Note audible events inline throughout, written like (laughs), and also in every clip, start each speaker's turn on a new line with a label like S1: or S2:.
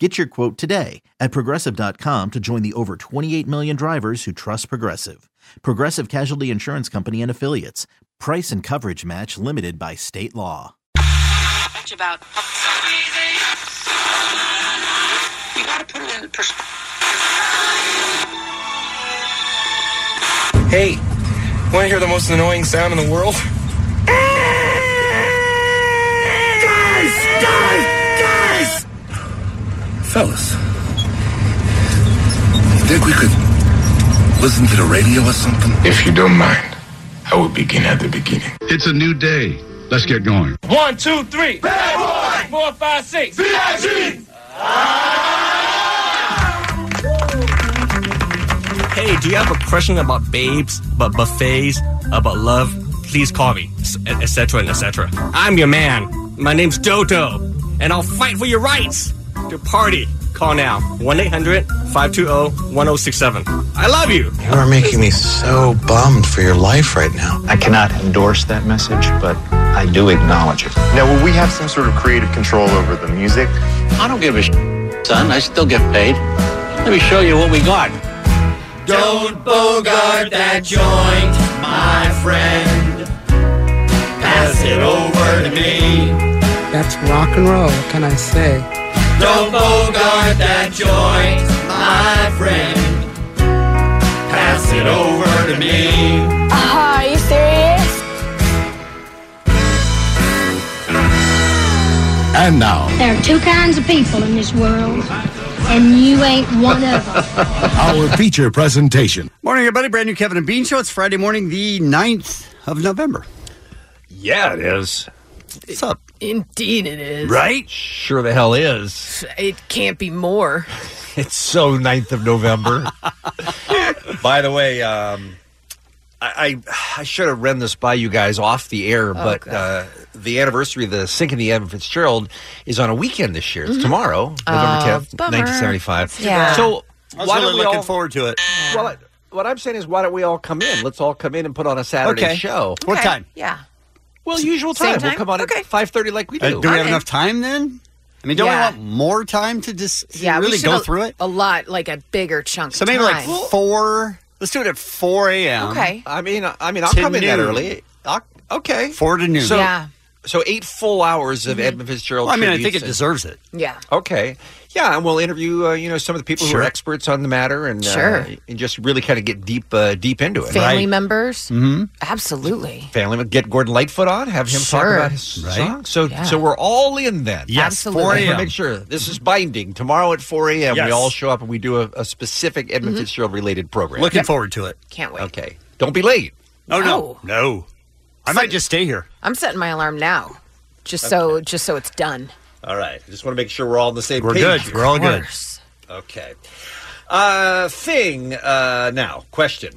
S1: Get your quote today at progressive.com to join the over 28 million drivers who trust Progressive. Progressive Casualty Insurance Company and Affiliates. Price and coverage match limited by state law.
S2: much about. You gotta put it in perspective.
S3: Hey, want to hear the most annoying sound in the world? Guys, guys, guys!
S4: Fellas, you think we could listen to the radio or something?
S5: If you don't mind, I will begin at the beginning.
S6: It's a new day. Let's get going.
S3: One, two, three. Bad boy. Four, five, six.
S7: Hey, do you have a question about babes, about buffets, about love? Please call me, etc., etc. I'm your man. My name's Dodo, and I'll fight for your rights to party. Call now 1 800 520 1067. I love you.
S8: You are making me so bummed for your life right now.
S9: I cannot endorse that message, but I do acknowledge it.
S10: Now, will we have some sort of creative control over the music?
S9: I don't give a sh- son. I still get paid. Let me show you what we got.
S3: Don't bogart that joint, my friend. Pass it over to me.
S11: That's rock and roll, what can I say?
S3: Don't bogart that joint, my friend. Pass it over to me.
S2: Are you serious?
S6: And now,
S12: There are two kinds of people in this world, and you ain't one of them.
S6: our feature presentation.
S8: Morning, everybody. Brand new Kevin and Bean Show. It's Friday morning, the 9th of November.
S5: Yeah, it is.
S8: What's up?
S11: Indeed, it is.
S5: Right? Sure the hell is. (laughs)
S11: It can't be more.
S5: It's so 9th of November. (laughs) By the way, um, I, I I should have run this by you guys off the air, but uh, the anniversary of the sinking of the Evan Fitzgerald is on a weekend this year. It's tomorrow, November tenth,
S11: bummer.
S5: nineteen seventy five.
S11: Yeah.
S5: So why don't we all,
S8: forward to it.
S5: well, I- what I'm saying is, why don't we all come in? Let's all come in and put on a Saturday
S8: Okay.
S5: show.
S8: What time?
S11: Yeah.
S5: Well, usual
S11: Same
S5: time. We'll
S11: time?
S5: come on
S11: Okay.
S5: at five thirty, like we
S8: Uh,
S5: do.
S8: do we have enough time then? I mean, don't
S11: Yeah.
S8: we want more time to just to
S11: Yeah. we
S8: really
S11: should
S8: go
S11: a-
S8: through it?
S11: A lot, like a bigger chunk.
S8: So maybe
S11: of
S8: like
S11: time.
S8: 4. Let's do it at 4 a.m.
S11: Okay.
S5: I mean, I I mean, I'll
S8: To
S5: come in that
S8: noon.
S5: early. I'll, okay,
S8: 4 to noon.
S5: So-
S11: yeah. Mm-hmm.
S5: so eight full hours of Edmund Fitzgerald.
S8: Well, I mean, I think
S5: tributes
S8: it
S5: and-
S8: deserves it.
S11: (laughs) Yeah.
S5: Okay, yeah, and we'll interview uh, you know some of the people who
S8: Sure.
S5: are experts on the matter and
S11: Sure.
S5: uh, and just really kind of get deep uh, deep into it.
S11: Family
S8: Right.
S11: members. Mm-hmm. Absolutely.
S5: Family, get Gordon Lightfoot on, have him
S11: Sure.
S5: talk about his
S8: Right.
S5: song. So
S11: Yeah.
S5: so we're all in then.
S8: Yes,
S11: Absolutely.
S8: 4
S5: But
S8: a.m.
S5: make sure this is binding. Tomorrow at 4 a.m., we
S8: Yes.
S5: all show up and we do a, a specific Edmund Fitzgerald related program.
S8: Looking forward to it.
S11: Mm-hmm. Can't wait.
S5: okay, don't be late.
S8: Oh,
S11: No.
S8: no. No. I might just stay here.
S11: I'm setting my alarm now, just so just so it's done.
S5: All right. I just want to make sure we're all on the same
S8: We're
S5: page.
S8: good.
S5: here.
S8: We're all good.
S11: Worse.
S5: Okay. Uh, thing uh, now, question.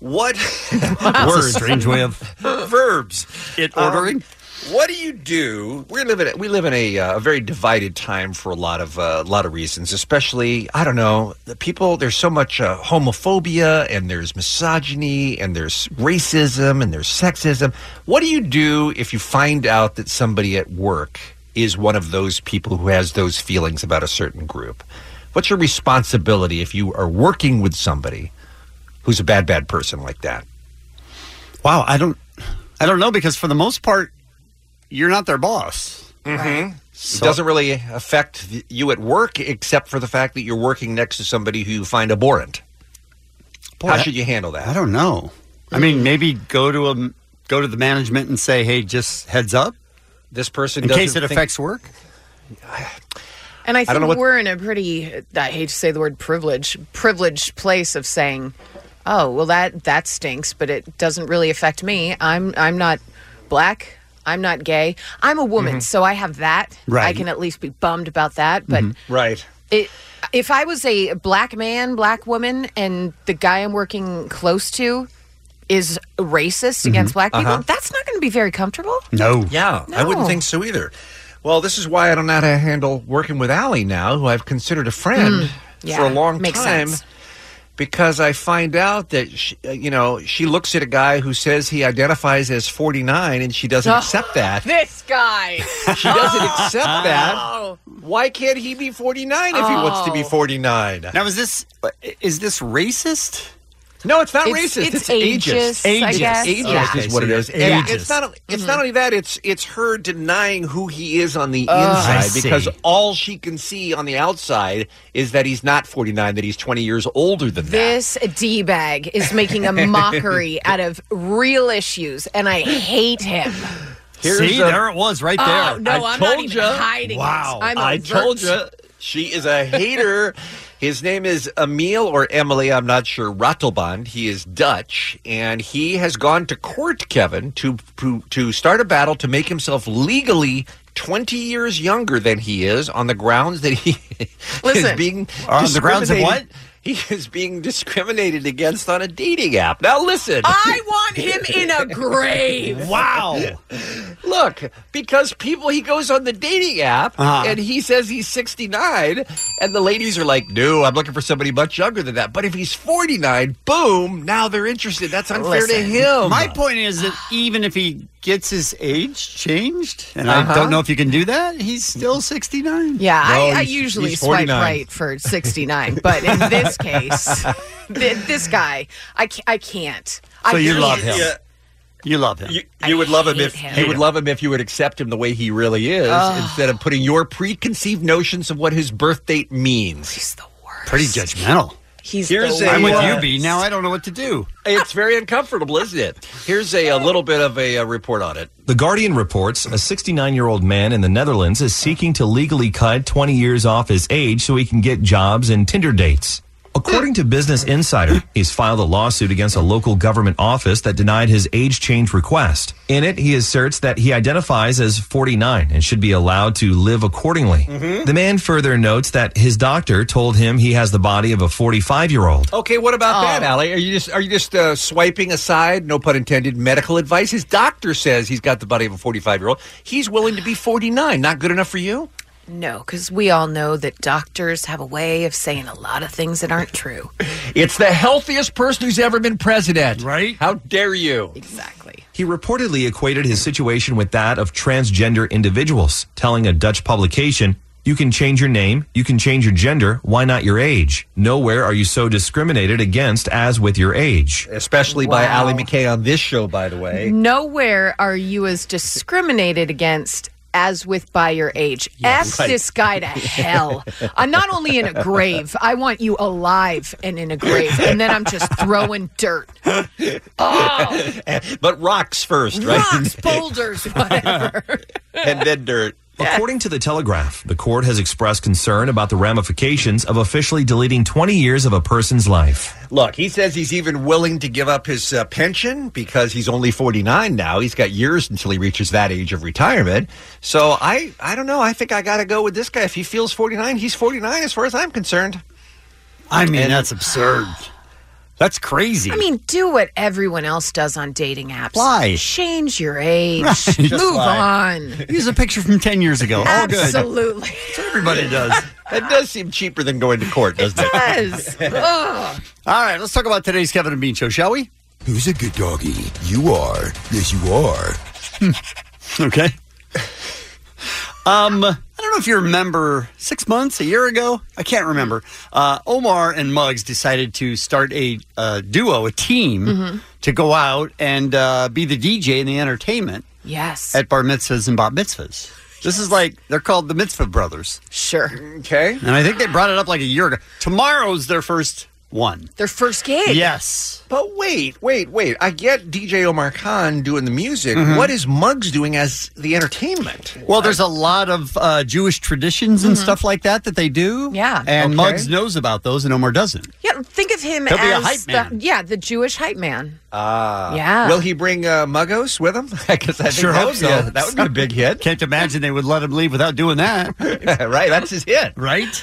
S5: What
S11: (laughs)
S5: (laughs)
S8: Word. Strange way of
S5: verbs?
S8: it
S5: Um,
S8: ordering.
S5: what do you do? We live in a, we live in a, uh, a very divided time for a lot of uh, a lot of reasons. Especially, I don't know, the people. There's so much uh, homophobia, and there's misogyny, and there's racism, and there's sexism. What do you do if you find out that somebody at work is one of those people who has those feelings about a certain group? What's your responsibility if you are working with somebody who's a bad bad person like that?
S8: Wow, I don't, I don't know because for the most part, you're not their boss.
S11: Mm-hmm.
S5: It doesn't really affect th- you at work, except for the fact that you're working next to somebody who you find abhorrent.
S8: Boy,
S5: How
S8: I-
S5: should you handle that?
S8: I don't know. I
S11: Mm-hmm.
S8: mean, maybe go to a, go to the management and say, hey, just heads up
S5: This person,
S8: in case
S5: doesn't
S8: it
S5: think-
S8: affects work.
S11: And I
S5: don't
S11: think
S5: know what-
S11: we're in a pretty, I hate to say the word privilege, privileged place of saying, oh, well, that, that stinks, but it doesn't really affect me. I'm, I'm not black. I'm not gay. I'm a woman, so I have that. I
S8: Right.
S11: can at least be bummed about that. But
S5: Mm-hmm. right.
S11: it, if I was a black man, black woman, and the guy I'm working close to is racist against black people,
S5: Uh-huh.
S11: that's not going to be very comfortable.
S5: No. Yeah, I wouldn't
S11: No.
S5: think so either. Well, this is why I don't know how to handle working with Allie now, who I've considered a friend
S11: Mm, yeah,
S5: for a long
S11: makes
S5: time.
S11: sense.
S5: Because I find out that she, uh, you know she looks at a guy who says he identifies as 49 and she doesn't
S11: Oh.
S5: accept
S11: (laughs)
S5: that.
S11: This guy.
S5: (laughs)
S11: Oh.
S5: She doesn't accept that.
S8: Why can't he be 49
S5: if he wants to be 49.
S8: Now, is this is this racist?
S5: No, it's not
S8: It's-
S5: racist.
S8: it's
S5: It's, ageist.
S8: ageist, I Ageist. guess.
S5: Ageist
S8: Yeah.
S5: is what it is.
S8: Okay, so you're
S5: And It's
S8: ageist.
S5: not. It's not only that. It's it's her denying who he is on the
S8: Oh. I
S5: inside
S8: see.
S5: because all she can see on the outside is that he's not forty nine. That he's twenty years older than that.
S11: This d bag
S5: (laughs)
S11: is making a mockery out of real issues, and I hate
S5: (laughs)
S11: him.
S8: See,
S5: a-
S8: there it was right
S11: Oh, there. no, I'm not even hiding it.
S5: Wow,
S11: I'm
S5: I
S11: overt.
S5: told you, she is a hater. His name is Emil or Emily, I'm not sure, Rattelband. He is Dutch, and he has gone to court, Kevin, to to, to start a battle to make himself legally. 20 years younger than he is on the grounds that he (laughs)
S8: Listen.
S5: is being
S8: On the grounds of what?
S5: discriminated- he is being discriminated against on a dating app now listen
S11: (laughs) I want him in a
S5: (laughs)
S11: grave.
S5: Wow. Look, because people, he goes on the dating app
S9: Uh-huh.
S5: and he says he's 69, and the ladies are like, no, I'm looking for somebody much younger than that. But if he's 49, boom, now they're interested. That's unfair to him.
S8: My point is that even if he gets his age changed, and I
S5: Uh-huh.
S8: don't know if you can do that, he's still 69.
S11: Yeah, I, I usually swipe right for 69, but in
S5: (laughs)
S11: this case, th- this guy, I, ca- I can't.
S5: So
S11: I
S5: you love
S11: can't.
S5: him.
S8: You love him.
S5: You, would love him if
S11: him.
S5: you would love him if you would accept him the way he really is,
S11: Ugh.
S5: instead of putting your preconceived notions of what his birth date means. He's the worst.
S8: Pretty judgmental.
S11: He's
S5: Here's a,
S8: Why would
S5: uh,
S8: you be? Now I don't know what to do.
S5: It's very uncomfortable, isn't it? Here's a, a little bit of a, uh report on it.
S13: The Guardian reports a 69 year old man in the Netherlands is seeking to legally cut 20 years off his age so he can get jobs and Tinder dates. According to Business Insider, he's filed a lawsuit against a local government office that denied his age change request. In it, he asserts that he identifies as 49 and should be allowed to live accordingly. The man further notes that his doctor told him he has the body of a 45 year old.
S5: Okay, what about
S8: Oh.
S5: that, Allie? Are you just are you just uh, swiping aside? No pun intended. Medical advice. His doctor says he's got the body of a forty-five-year-old. He's willing to be forty-nine. Not good enough for you?
S11: No, because we all know that doctors have a way of saying a lot of things that
S8: (laughs)
S11: aren't true.
S5: It's the healthiest person who's ever been president. Right? How dare you?
S11: Exactly.
S13: He reportedly equated his situation with that of transgender individuals, telling a Dutch publication, You can change your name, you can change your gender, why not your age? Nowhere are you so discriminated against as with your age.
S5: Especially by Allie McKay on this show, by the way.
S11: Nowhere are you as discriminated against as with by your age. Ask
S5: right.
S11: this guy
S8: (laughs)
S11: to hell. I'm not only in a grave, I want you alive and in a grave. And then I'm just throwing dirt,
S5: (laughs) but rocks first, right?
S11: Oh. rocks, boulders, whatever.
S5: (laughs) and then dirt.
S13: According to The Telegraph, the court has expressed concern about the ramifications of officially deleting 20 years of a person's life.
S5: Look, he says he's even willing to give up his uh, pension because he's only 49 now. He's got years until he reaches that age of retirement. So I, I don't know. I think I got to go with this guy. If he feels 49, he's 49 as far as I'm concerned.
S8: I mean, that's
S5: (sighs)
S8: absurd. That's crazy.
S11: I mean, do what everyone else does on dating apps.
S8: Why?
S11: Change your age.
S8: Right, (laughs)
S11: Move
S8: just lie.
S11: on.
S8: Here's a picture from 10 years ago. All good.
S11: Absolutely.
S8: Everybody does.
S5: that does seem cheaper than going to court, doesn't it? (laughs)
S11: does.
S9: Oh,
S11: Ugh.
S8: All right, let's talk about today's Kevin and Bean show, shall we?
S14: Who's a good doggy? You are. Yes, you are.
S8: Hmm. Okay. Um, I don't know if you remember six months, a year ago. I can't remember. Uh, Omar and Muggs decided to start a uh, duo, a team,
S11: Mhm.
S8: to go out and uh, be the DJ in the entertainment
S11: Yes.
S8: at bar mitzvahs and bat mitzvahs. This is like they're called the Mitzvah Brothers,
S11: Sure.
S5: Okay.
S8: and I think they brought it up like a year ago. Tomorrow's their first one.
S11: Their first gig.
S8: Yes.
S5: But wait, wait, wait. I get DJ Omar Khan doing the music.
S8: Mhm.
S5: What is Muggs doing as the entertainment?
S8: Well, there's a lot of uh, Jewish traditions and stuff like that that they do. Yeah. And
S11: Okay.
S8: Muggs knows about those, and Omar doesn't.
S11: Yeah, think of him
S8: He'll be a
S11: as
S8: hype man.
S11: The, yeah, the Jewish hype man.
S5: Ah.
S11: Yeah.
S5: Will he bring uh, Muggos with him? (laughs) I guess I think
S8: Sure
S5: that
S8: hope
S5: would
S8: so.
S5: be a- that would be a big hit.
S8: Can't imagine they would let him leave without doing that.
S5: (laughs) right, that's his hit.
S8: Right.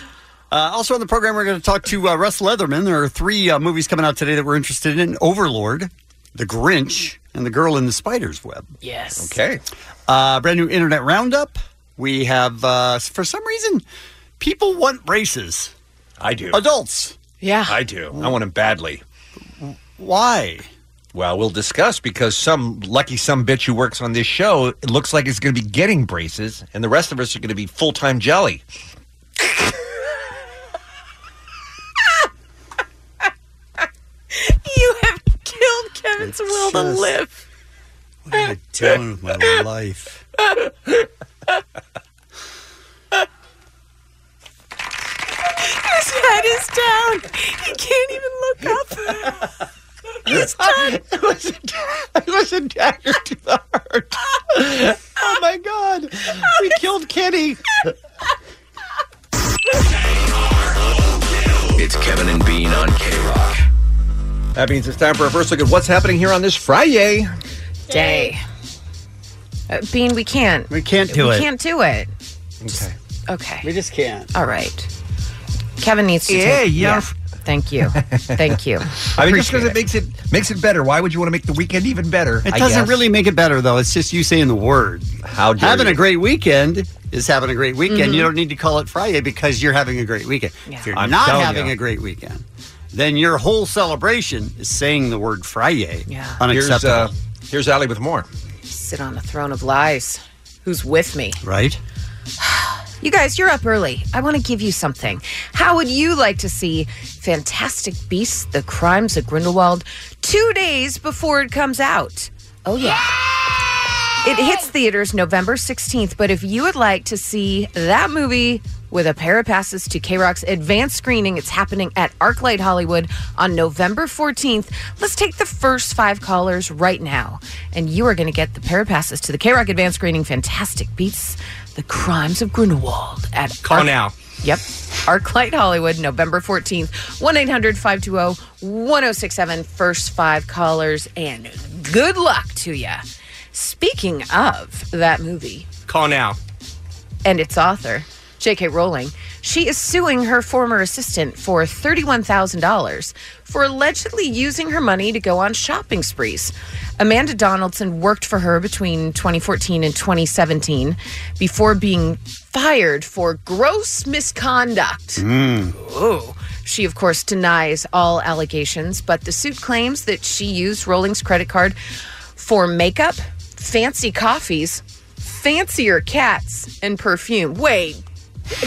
S8: Uh, also on the program, we're going to talk to uh, Russ Leatherman. There are three uh, movies coming out today that we're interested in: Overlord, The Grinch, and The Girl in the Spider's Web.
S11: Yes.
S5: Okay.
S8: Uh, brand new internet roundup. We have, uh, for some reason, people want braces.
S5: I do.
S8: Adults.
S11: Yeah.
S5: I do. I want them badly.
S8: Why?
S5: Well, we'll discuss because some lucky some bitch who works on this show it looks like is going to be getting braces, and the rest of us are going to be full time jelly.
S11: You have killed Kevin's will to
S8: just-
S11: live.
S8: What am I doing with my life?
S11: His head is down. He can't even look up. He's done.
S5: It was a, it was a dagger to the heart. Oh my God! We killed Kenny.
S15: It's Kevin and Bean on K Rock.
S5: That means it's time for a first look at what's happening here on this Friday.
S11: Day. Uh, Bean, we can't.
S8: We can't
S5: do it.
S11: We can't do it.
S5: Okay.
S11: Okay.
S8: We just can't.
S11: All right. Kevin needs to.
S5: Yeah,
S11: take-
S5: yeah. (laughs)
S11: Thank you. Thank you.
S5: I mean, just because
S11: Appreciate
S5: it. makes it makes it better. Why would you want to make the weekend even better?
S8: It
S5: I
S8: doesn't
S5: guess?
S8: really make it better, though. It's just you saying the word.
S5: How dare
S8: having
S5: you.
S8: a great weekend is having a great weekend.
S11: Mm-hmm.
S5: Mhm.
S8: You don't need to call it Friday because you're having a great weekend. If you're
S5: I'm
S8: not
S5: telling
S8: having
S5: ya.
S8: a great weekend, then your whole celebration is saying the word Friday.
S11: Yeah.
S8: Unacceptable.
S5: Here's, uh, here's Allie with more.
S11: Sit on a throne of lies. Who's with me?
S8: Right?
S11: You guys, you're up early. I want to give you something. How would you like to see Fantastic Beasts: The Crimes of Grindelwald two days before it comes out? Oh yeah. It hits theaters November 16th, but if you would like to see that movie with a pair of passes to K Rock's advanced screening, it's happening at Arclight Hollywood on November 14th. Let's take the first five callers right now, and you are going to get the pair of passes to the K Rock advanced screening Fantastic Beats The Crimes of Grindelwald at
S16: Call
S11: Arc-
S16: now.
S11: Yep. Arclight Hollywood, November 14th, 1 800 520 1067. First five callers, and good luck to ya. Speaking of that movie
S16: Call now.
S11: and its author, J.K. Rowling, she is suing her former assistant for $31,000 for allegedly using her money to go on shopping sprees. Amanda Donaldson worked for her between 2014 and 2017 before being fired for gross misconduct. Ooh. She, of course, denies all allegations, but the suit claims that she used Rowling's credit card for makeup, fancy coffees, fancier cats, and perfume. Wait,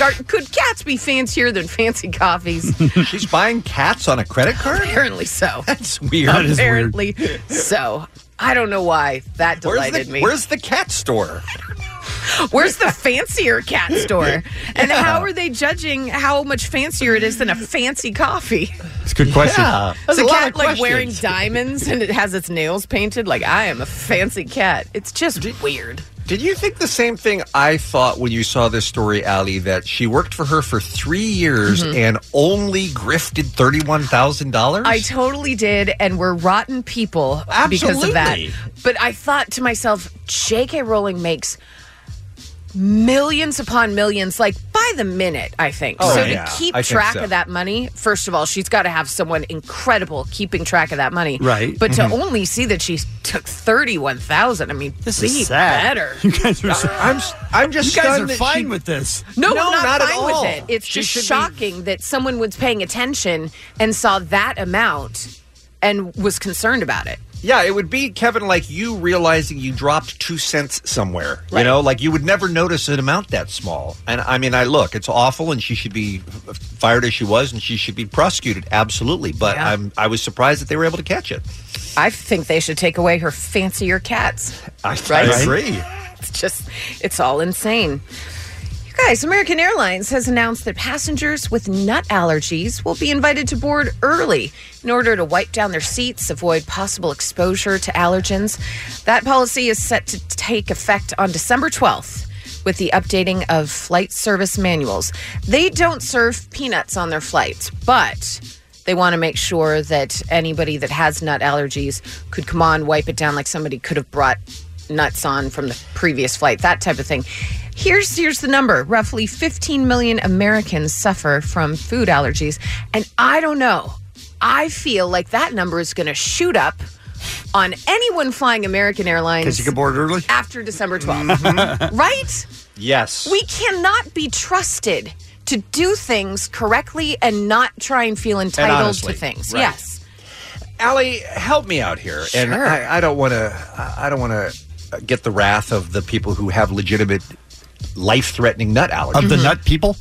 S11: are, could cats be fancier than fancy coffees?
S5: (laughs) She's buying cats on a credit card.
S11: Apparently so.
S5: That's weird. That is weird.
S11: Apparently so. I don't know why that
S5: Where's
S11: delighted
S5: the,
S11: me.
S5: where's the cat store?
S11: Where's the fancier cat store? And
S5: Yeah.
S11: how are they judging how much fancier it is than a fancy coffee?
S8: It's a good
S5: question.
S8: Yeah.
S11: Is a cat like wearing diamonds and it has its nails painted? Like I am a fancy cat. It's just weird.
S5: Did you think the same thing I thought when you saw this story, Allie, that she worked for her for three years
S11: Mhm.
S5: and only grifted $31,000?
S11: I totally did, and we're rotten people because of that.
S5: Absolutely.
S11: But I thought to myself, J.K. Rowling makes millions upon millions, like by the minute, I think.
S17: Oh,
S11: so
S17: yeah.
S11: to keep
S17: I think
S11: track
S17: so.
S11: of that money, first of all, she's got to have someone incredible keeping track of that money.
S8: Right.
S11: But
S8: Mhm.
S11: to only see that she took 31000 I mean,
S8: This
S11: be
S8: is sad.
S11: better.
S8: You guys are.
S5: I'm. I'm
S8: You
S5: just.
S8: guys
S5: stunned
S8: are
S5: that
S8: fine
S5: she-
S8: with this.
S11: No,
S5: No,
S11: we're not,
S5: not at
S11: fine
S5: all.
S11: with it. It's
S5: She
S11: just
S5: should be-
S11: shocking that someone was paying attention and saw that amount and was concerned about it.
S5: Yeah, it would be Kevin like you realizing you dropped two cents somewhere. You know, like you would never notice an amount that small. And I mean, I look, it's awful, and she should be fired as she was, and she should be prosecuted absolutely. But
S11: Yeah.
S5: I'm I was surprised that they were able to catch it.
S11: I think they should take away her fancier cats.
S5: I,
S11: Right?
S5: I agree.
S11: (laughs) It's just, it's all insane. You guys, American Airlines has announced that passengers with nut allergies will be invited to board early in order to wipe down their seats, avoid possible exposure to allergens. That policy is set to take effect on December 12th with the updating of flight service manuals. They don't serve peanuts on their flights, but they want to make sure that anybody that has nut allergies could come on, wipe it down like somebody could have brought nuts on from the previous flight, that type of thing. Here's here's the number. Roughly 15 million Americans suffer from food allergies, and I don't know. I feel like that number is going to shoot up on anyone flying American Airlines.
S8: Because you get bored early? Mm-hmm.
S11: After December 12th.
S5: (laughs)
S11: (laughs) right?
S8: Yes.
S11: We cannot be trusted to do things correctly and not try and feel entitled
S5: honestly,
S11: to things.
S5: right.
S11: Yes.
S5: Allie, help me out here, and
S11: Sure.
S5: I, I don't want to. I don't want to get the wrath of the people who have legitimate life-threatening nut allergies.
S8: Of the nut people,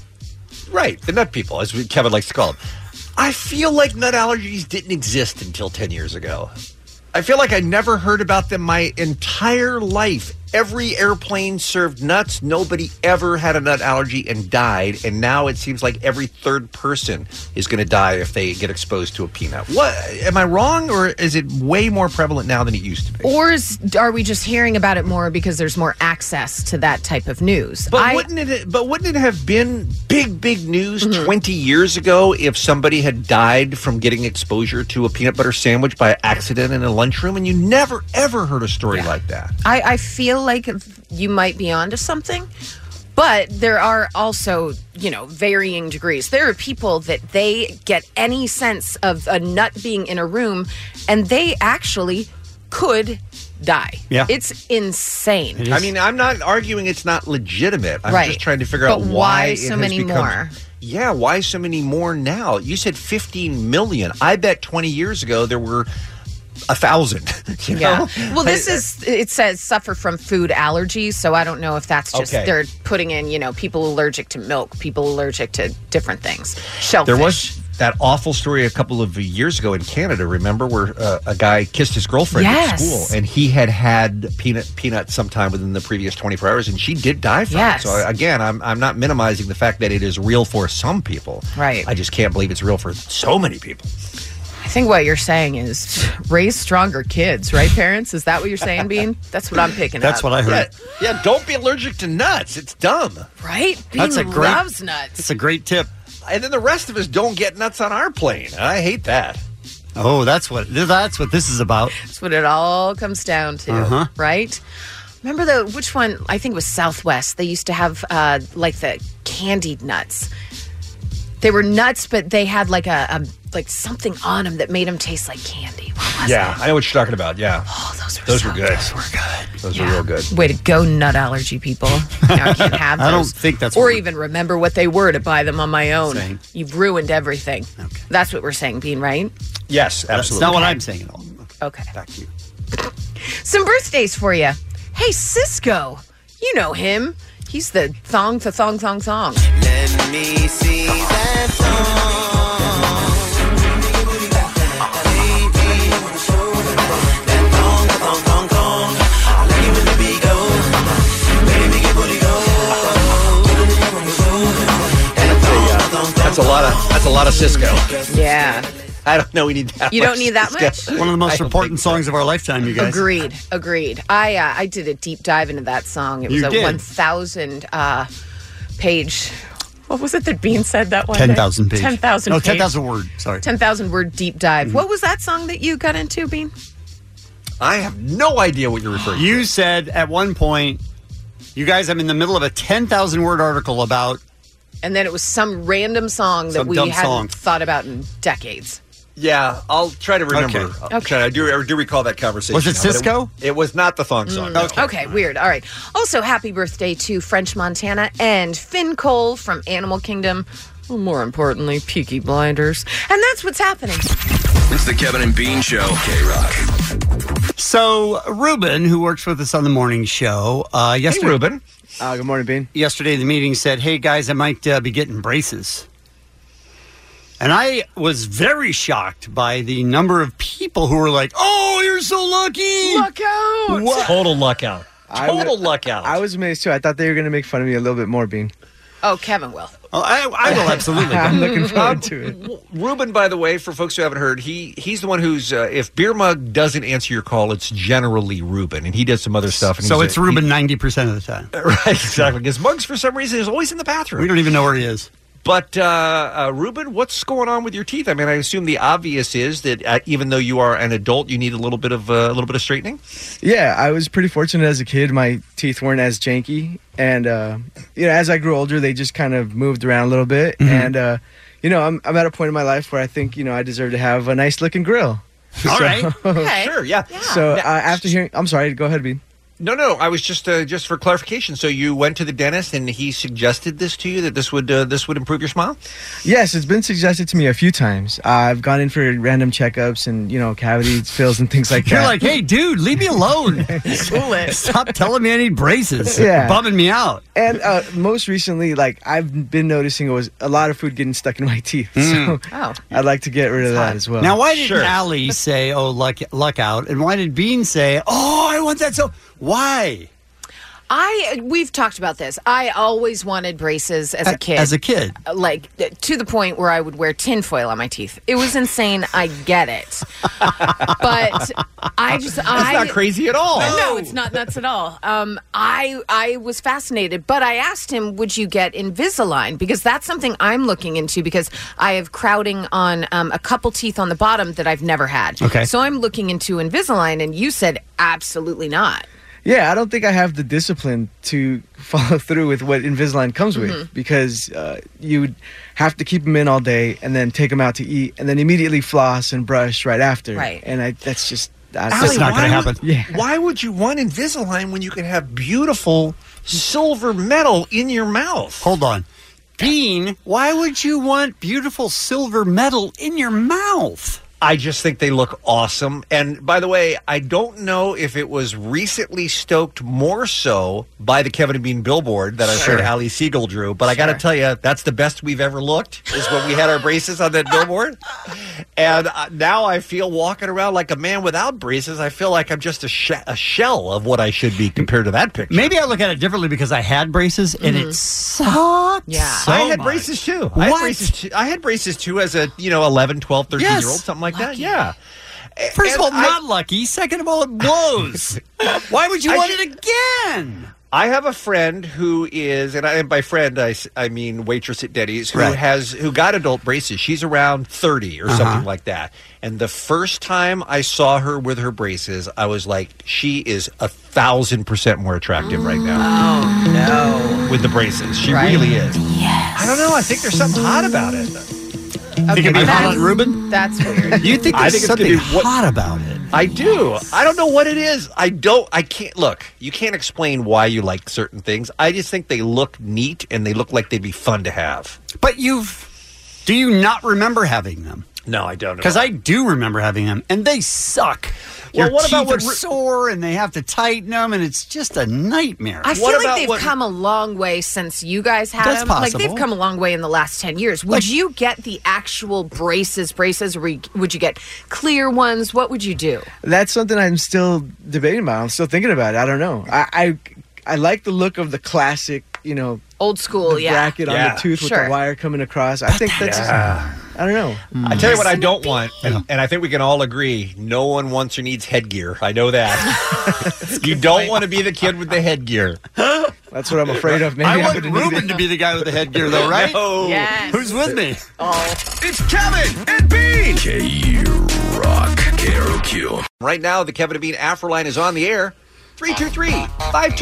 S5: right? The nut people, as we, Kevin likes to call them. I feel like nut allergies didn't exist until ten years ago. I feel like I never heard about them my entire life. Every airplane served nuts. Nobody ever had a nut allergy and died. And now it seems like every third person is going to die if they get exposed to a peanut. What am I wrong, or is it way more prevalent now than it used to be?
S11: Or is, are we just hearing about it more because there's more access to that type of news?
S5: But wouldn't it? But wouldn't it have been big, big news
S11: Mm-hmm.
S5: twenty years ago if somebody had died from getting exposure to a peanut butter sandwich by accident in a lunchroom, and you never ever heard a story like that?
S11: I, I feel like you might be onto something, but there are also, you know, varying degrees. There are people that they get any sense of a nut being in a room and they actually could die.
S5: Yeah.
S11: It's insane.
S5: I mean, I'm not arguing it's not legitimate. I'm
S11: Right.
S5: just trying to figure
S11: But
S5: out why,
S11: why
S5: it
S11: so
S5: has
S11: many
S5: become-
S11: more?
S5: Yeah, why so many more now? You said 15 million. I bet 20 years ago there were a thousand. (laughs)
S11: (laughs)
S5: You know?
S11: Well, this
S5: I-
S11: is it says suffer from food allergies, so I don't know if that's just
S5: Okay.
S11: they're putting in, you know, people allergic to milk, people allergic to different things. Shellfish.
S5: There was that awful story a couple of years ago in Canada. Remember where uh, a guy kissed his girlfriend at
S11: Yes.
S5: school, and he had had peanut peanut sometime within the previous twenty four hours, and she did die from
S11: Yes.
S5: it. So again, I'm I'm not minimizing the fact that it is real for some people.
S11: Right.
S5: I just can't believe it's real for so many people.
S11: I think what you're saying is raise stronger kids, right, parents? Is that what you're saying, Bean? That's what I'm picking up.
S5: Yeah, yeah, don't be allergic to nuts. It's dumb.
S11: Right? Bean
S5: That's a great-
S11: loves nuts.
S8: That's a great tip.
S5: And then the rest of us don't get nuts on our plane. I hate that.
S8: Oh, that's what that's what this is about.
S11: That's what it all comes down to,
S8: Uh-huh.
S11: right? Remember the which one? I think it was Southwest. They used to have uh, like the candied nuts. They were nuts, but they had like a, a like something on them that made them taste like candy.
S5: Yeah, I know what you're talking about. Yeah.
S11: Oh, those were
S5: those were good. Those were good. Those were real good.
S11: Way to go, nut
S5: (laughs)
S11: allergy people! Now I (laughs) can't have.
S5: I don't
S11: those.
S5: think that's
S11: or
S5: what we-
S11: even remember what they were to buy them on my own.
S5: Saying.
S11: You've ruined everything. That's what we're saying, Bean, right?
S5: Yes, absolutely.
S8: That's not what I'm saying at all.
S11: Okay.
S5: Back to you.
S11: Some birthdays for you. Hey, Cisco, you know him. He's the thong, the thong, thong, thong.
S9: Let me see that
S5: That's a lot of that's a lot of Cisco. (laughs)
S11: Yeah.
S5: I don't know. We need that.
S11: You don't need that
S5: Cisco.
S8: One of the
S5: I
S8: most
S5: don't
S8: important songs of our lifetime, you guys.
S11: Agreed. Agreed. I uh, I did a deep dive into that song. It was
S8: You
S11: a
S8: did.
S11: 1,000 uh, page. What was it that Bean said that one? day?
S8: Ten thousand page.
S11: 10,000
S8: No,
S11: page.
S8: ten thousand word. Sorry. Mm-hmm.
S11: 10,000 word deep dive. What was that song that you got into, Bean?
S5: think- I have no idea what you're referring. to.
S8: You said at one point, you guys, I'm in the middle of a ten thousand word article about
S11: And then it was some random song that
S8: Some
S11: we
S8: dumb
S11: hadn't
S8: song.
S11: thought about in decades.
S5: Yeah, I'll try to remember.
S8: Okay.
S5: I'll try- I do. I do recall that conversation.
S8: Was it
S5: but
S8: Cisco?
S5: It, was not the thong song. no.
S11: Mm. Okay. weird. All right. Also, happy birthday to French Montana and Finn Cole from Animal Kingdom. Well, more importantly, Peaky Blinders. And that's what's happening.
S15: It's the Kevin and Bean Show. K Rock.
S8: So Ruben, who works with us on the morning show, uh, yesterday.
S5: Ruben.
S8: Uh, good morning, Bean. Yesterday, the meeting said, "Hey guys, I might uh, be getting braces," and I was very shocked by the number of people who were like, "Oh, you're so lucky!
S11: Luck out!
S8: What?
S18: Total luck out.
S19: I would-
S18: Total luck out.
S19: I was amazed too. I thought they were going to make fun of me a little bit more, Bean.
S11: Oh, Kevin will.
S8: Oh, I,
S19: I will, absolutely. I'm looking forward to it.
S5: Ruben, by the way, for folks who haven't heard, he he's the one who's uh, if beer mug doesn't answer your call, it's generally Ruben, and he does some other stuff. And
S8: So
S5: he's
S8: it's
S5: a-
S8: Ruben ninety percent of the time.
S5: (laughs) right, exactly. Because Muggs, for some reason, is always in the bathroom.
S8: We don't even know where he is.
S5: But uh, uh, Ruben, what's going on with your teeth? I mean, I assume the obvious is that uh, even though you are an adult, you need a little bit of uh, a little bit of straightening.
S19: Yeah, I was pretty fortunate as a kid. My teeth weren't as janky, and uh, you know, as I grew older, they just kind of moved around a little bit.
S8: Mhm.
S19: And uh, you know, I'm I'm at a point in my life where I think you know I deserve to have a nice looking grill.
S5: All right.
S19: (laughs)
S5: Okay.
S19: Sure. Yeah.
S5: Yeah.
S19: So uh, after hearing, I'm sorry. Go ahead, B.
S5: No, no. I was just uh, just for clarification. So you went to the dentist, and he suggested this to you that this would uh, this would improve your smile.
S19: Yes, it's been suggested to me a few times. I've gone in for random checkups and you know cavity fills and things like that.
S8: You're like, hey, dude, leave me
S11: (laughs)
S8: alone. Stop telling me I need braces.
S19: Yeah.
S8: Bumming me out.
S19: And uh, most recently, like I've been noticing, it was a lot of food getting stuck in my teeth. (laughs)
S8: Mm.
S19: So
S11: Oh.
S19: I'd like to get rid of that as well.
S8: Now, why did Allie say, oh, luck, luck out? And why did Bean say, oh, I want that so? Why?
S11: I we've talked about this. I always wanted braces as a kid. Uh,
S8: As a kid.
S11: like to the point where I would wear tinfoil on my teeth. It was insane. I get it, but I just
S5: That's
S11: I,
S5: not crazy at all.
S11: No. it's not nuts at all. Um, I I was fascinated, but I asked him, "Would you get Invisalign?" Because that's something I'm looking into because I have crowding on um, a couple teeth on the bottom that I've never had.
S19: Okay.
S11: so I'm looking into Invisalign, and you said absolutely not.
S19: Yeah, I don't think I have the discipline to (laughs) follow through with what Invisalign comes with
S5: Mm-hmm.
S11: Mhm.
S19: because uh, you would have to keep them in all day and then take them out to eat and then immediately floss and brush right after.
S5: Right.
S19: And I, that's just that's
S5: Allie, why would-
S19: Yeah.
S5: Why would you want Invisalign when you can have beautiful silver metal in your mouth?
S8: Hold on. Bean, why would you want beautiful silver metal in your mouth?
S5: I just think they look awesome. And by the way, I don't know if it was recently stoked more so by the Kevin and Bean billboard that I'm sure
S8: Sure.
S5: Ali Siegel drew, but I got to
S8: Sure.
S5: tell you, that's the best we've ever looked is when we had our braces on that billboard. And uh, now I feel walking around like a man without braces. I feel like I'm just a, she- a shell of what I should be compared to that picture.
S8: Maybe I look at it differently because I had braces and
S11: Mm-hmm.
S8: it sucked.
S5: Yeah.
S8: so
S5: I had
S8: much.
S5: braces too. I had
S8: What?
S5: braces too. I had braces too as a, you know, 11, 12, 13
S8: Yes.
S5: year old, something like that. Yeah.
S8: First of all,
S5: And I-
S8: not lucky. Second of all, it
S5: (laughs)
S8: blows. Why would you
S5: I
S8: want
S5: ju-
S8: it again?
S5: I have a friend who is, and I, and by friend I, s- I mean waitress at Denny's who
S8: Right.
S5: has who got adult braces. She's around thirty or
S8: Uh-huh.
S5: something like that. And the first time I saw her with her braces, I was like, she is a thousand percent more attractive right now.
S11: Oh
S5: no, with the braces, she
S11: Right.
S5: really is. Yes. I don't know. I think there's something hot about it.
S11: no!
S5: Think it'd be hot on
S8: Ruben?
S11: That's weird.
S8: You think
S5: I
S8: there's
S5: think it's
S8: something
S5: gonna be what-
S8: hot about it?
S5: I do. I don't know what it is. I don't. I can't look. You can't explain why you like certain things. I just think they look neat and they look like they'd be fun to have.
S8: But you've. Do you not remember having them?
S5: No, I don't.
S8: Because I do remember having them, and they suck.
S5: Well,
S8: Your
S5: what
S8: teeth
S5: about
S8: are
S5: what Ru-
S8: sore, and they have to tighten them, and it's just a nightmare.
S11: I feel like they've come a long way since you guys had
S8: That's
S11: them. Like
S8: possible.
S11: they've come a long way in the last ten years. Would you get the actual braces? Braces? Or would you get clear ones? What would you do?
S19: That's something I'm still debating about. I'm still thinking about it. I don't know. I I, I like the look of the classic, you know,
S11: Old school,
S19: the
S11: Oh, yeah.
S19: bracket on
S5: Yeah.
S19: the tooth with
S11: Sure.
S19: the wire coming across. I think that's.
S5: Yeah.
S19: I don't know.
S5: I tell you what, I don't want, and, and I think we can all agree, no one wants or needs headgear. I
S8: (laughs)
S5: know that. you don't want to be the kid with the headgear.
S19: That's what I'm afraid of. Maybe
S8: I
S19: I
S8: want
S19: would need
S8: Ruben to be the guy with the headgear, though, right?
S5: No.
S11: Yes.
S8: Who's with me?
S9: Oh.
S15: It's Kevin and Bean. K Rock KROQ.
S5: Right now, the Kevin and Bean Afro line is on the air.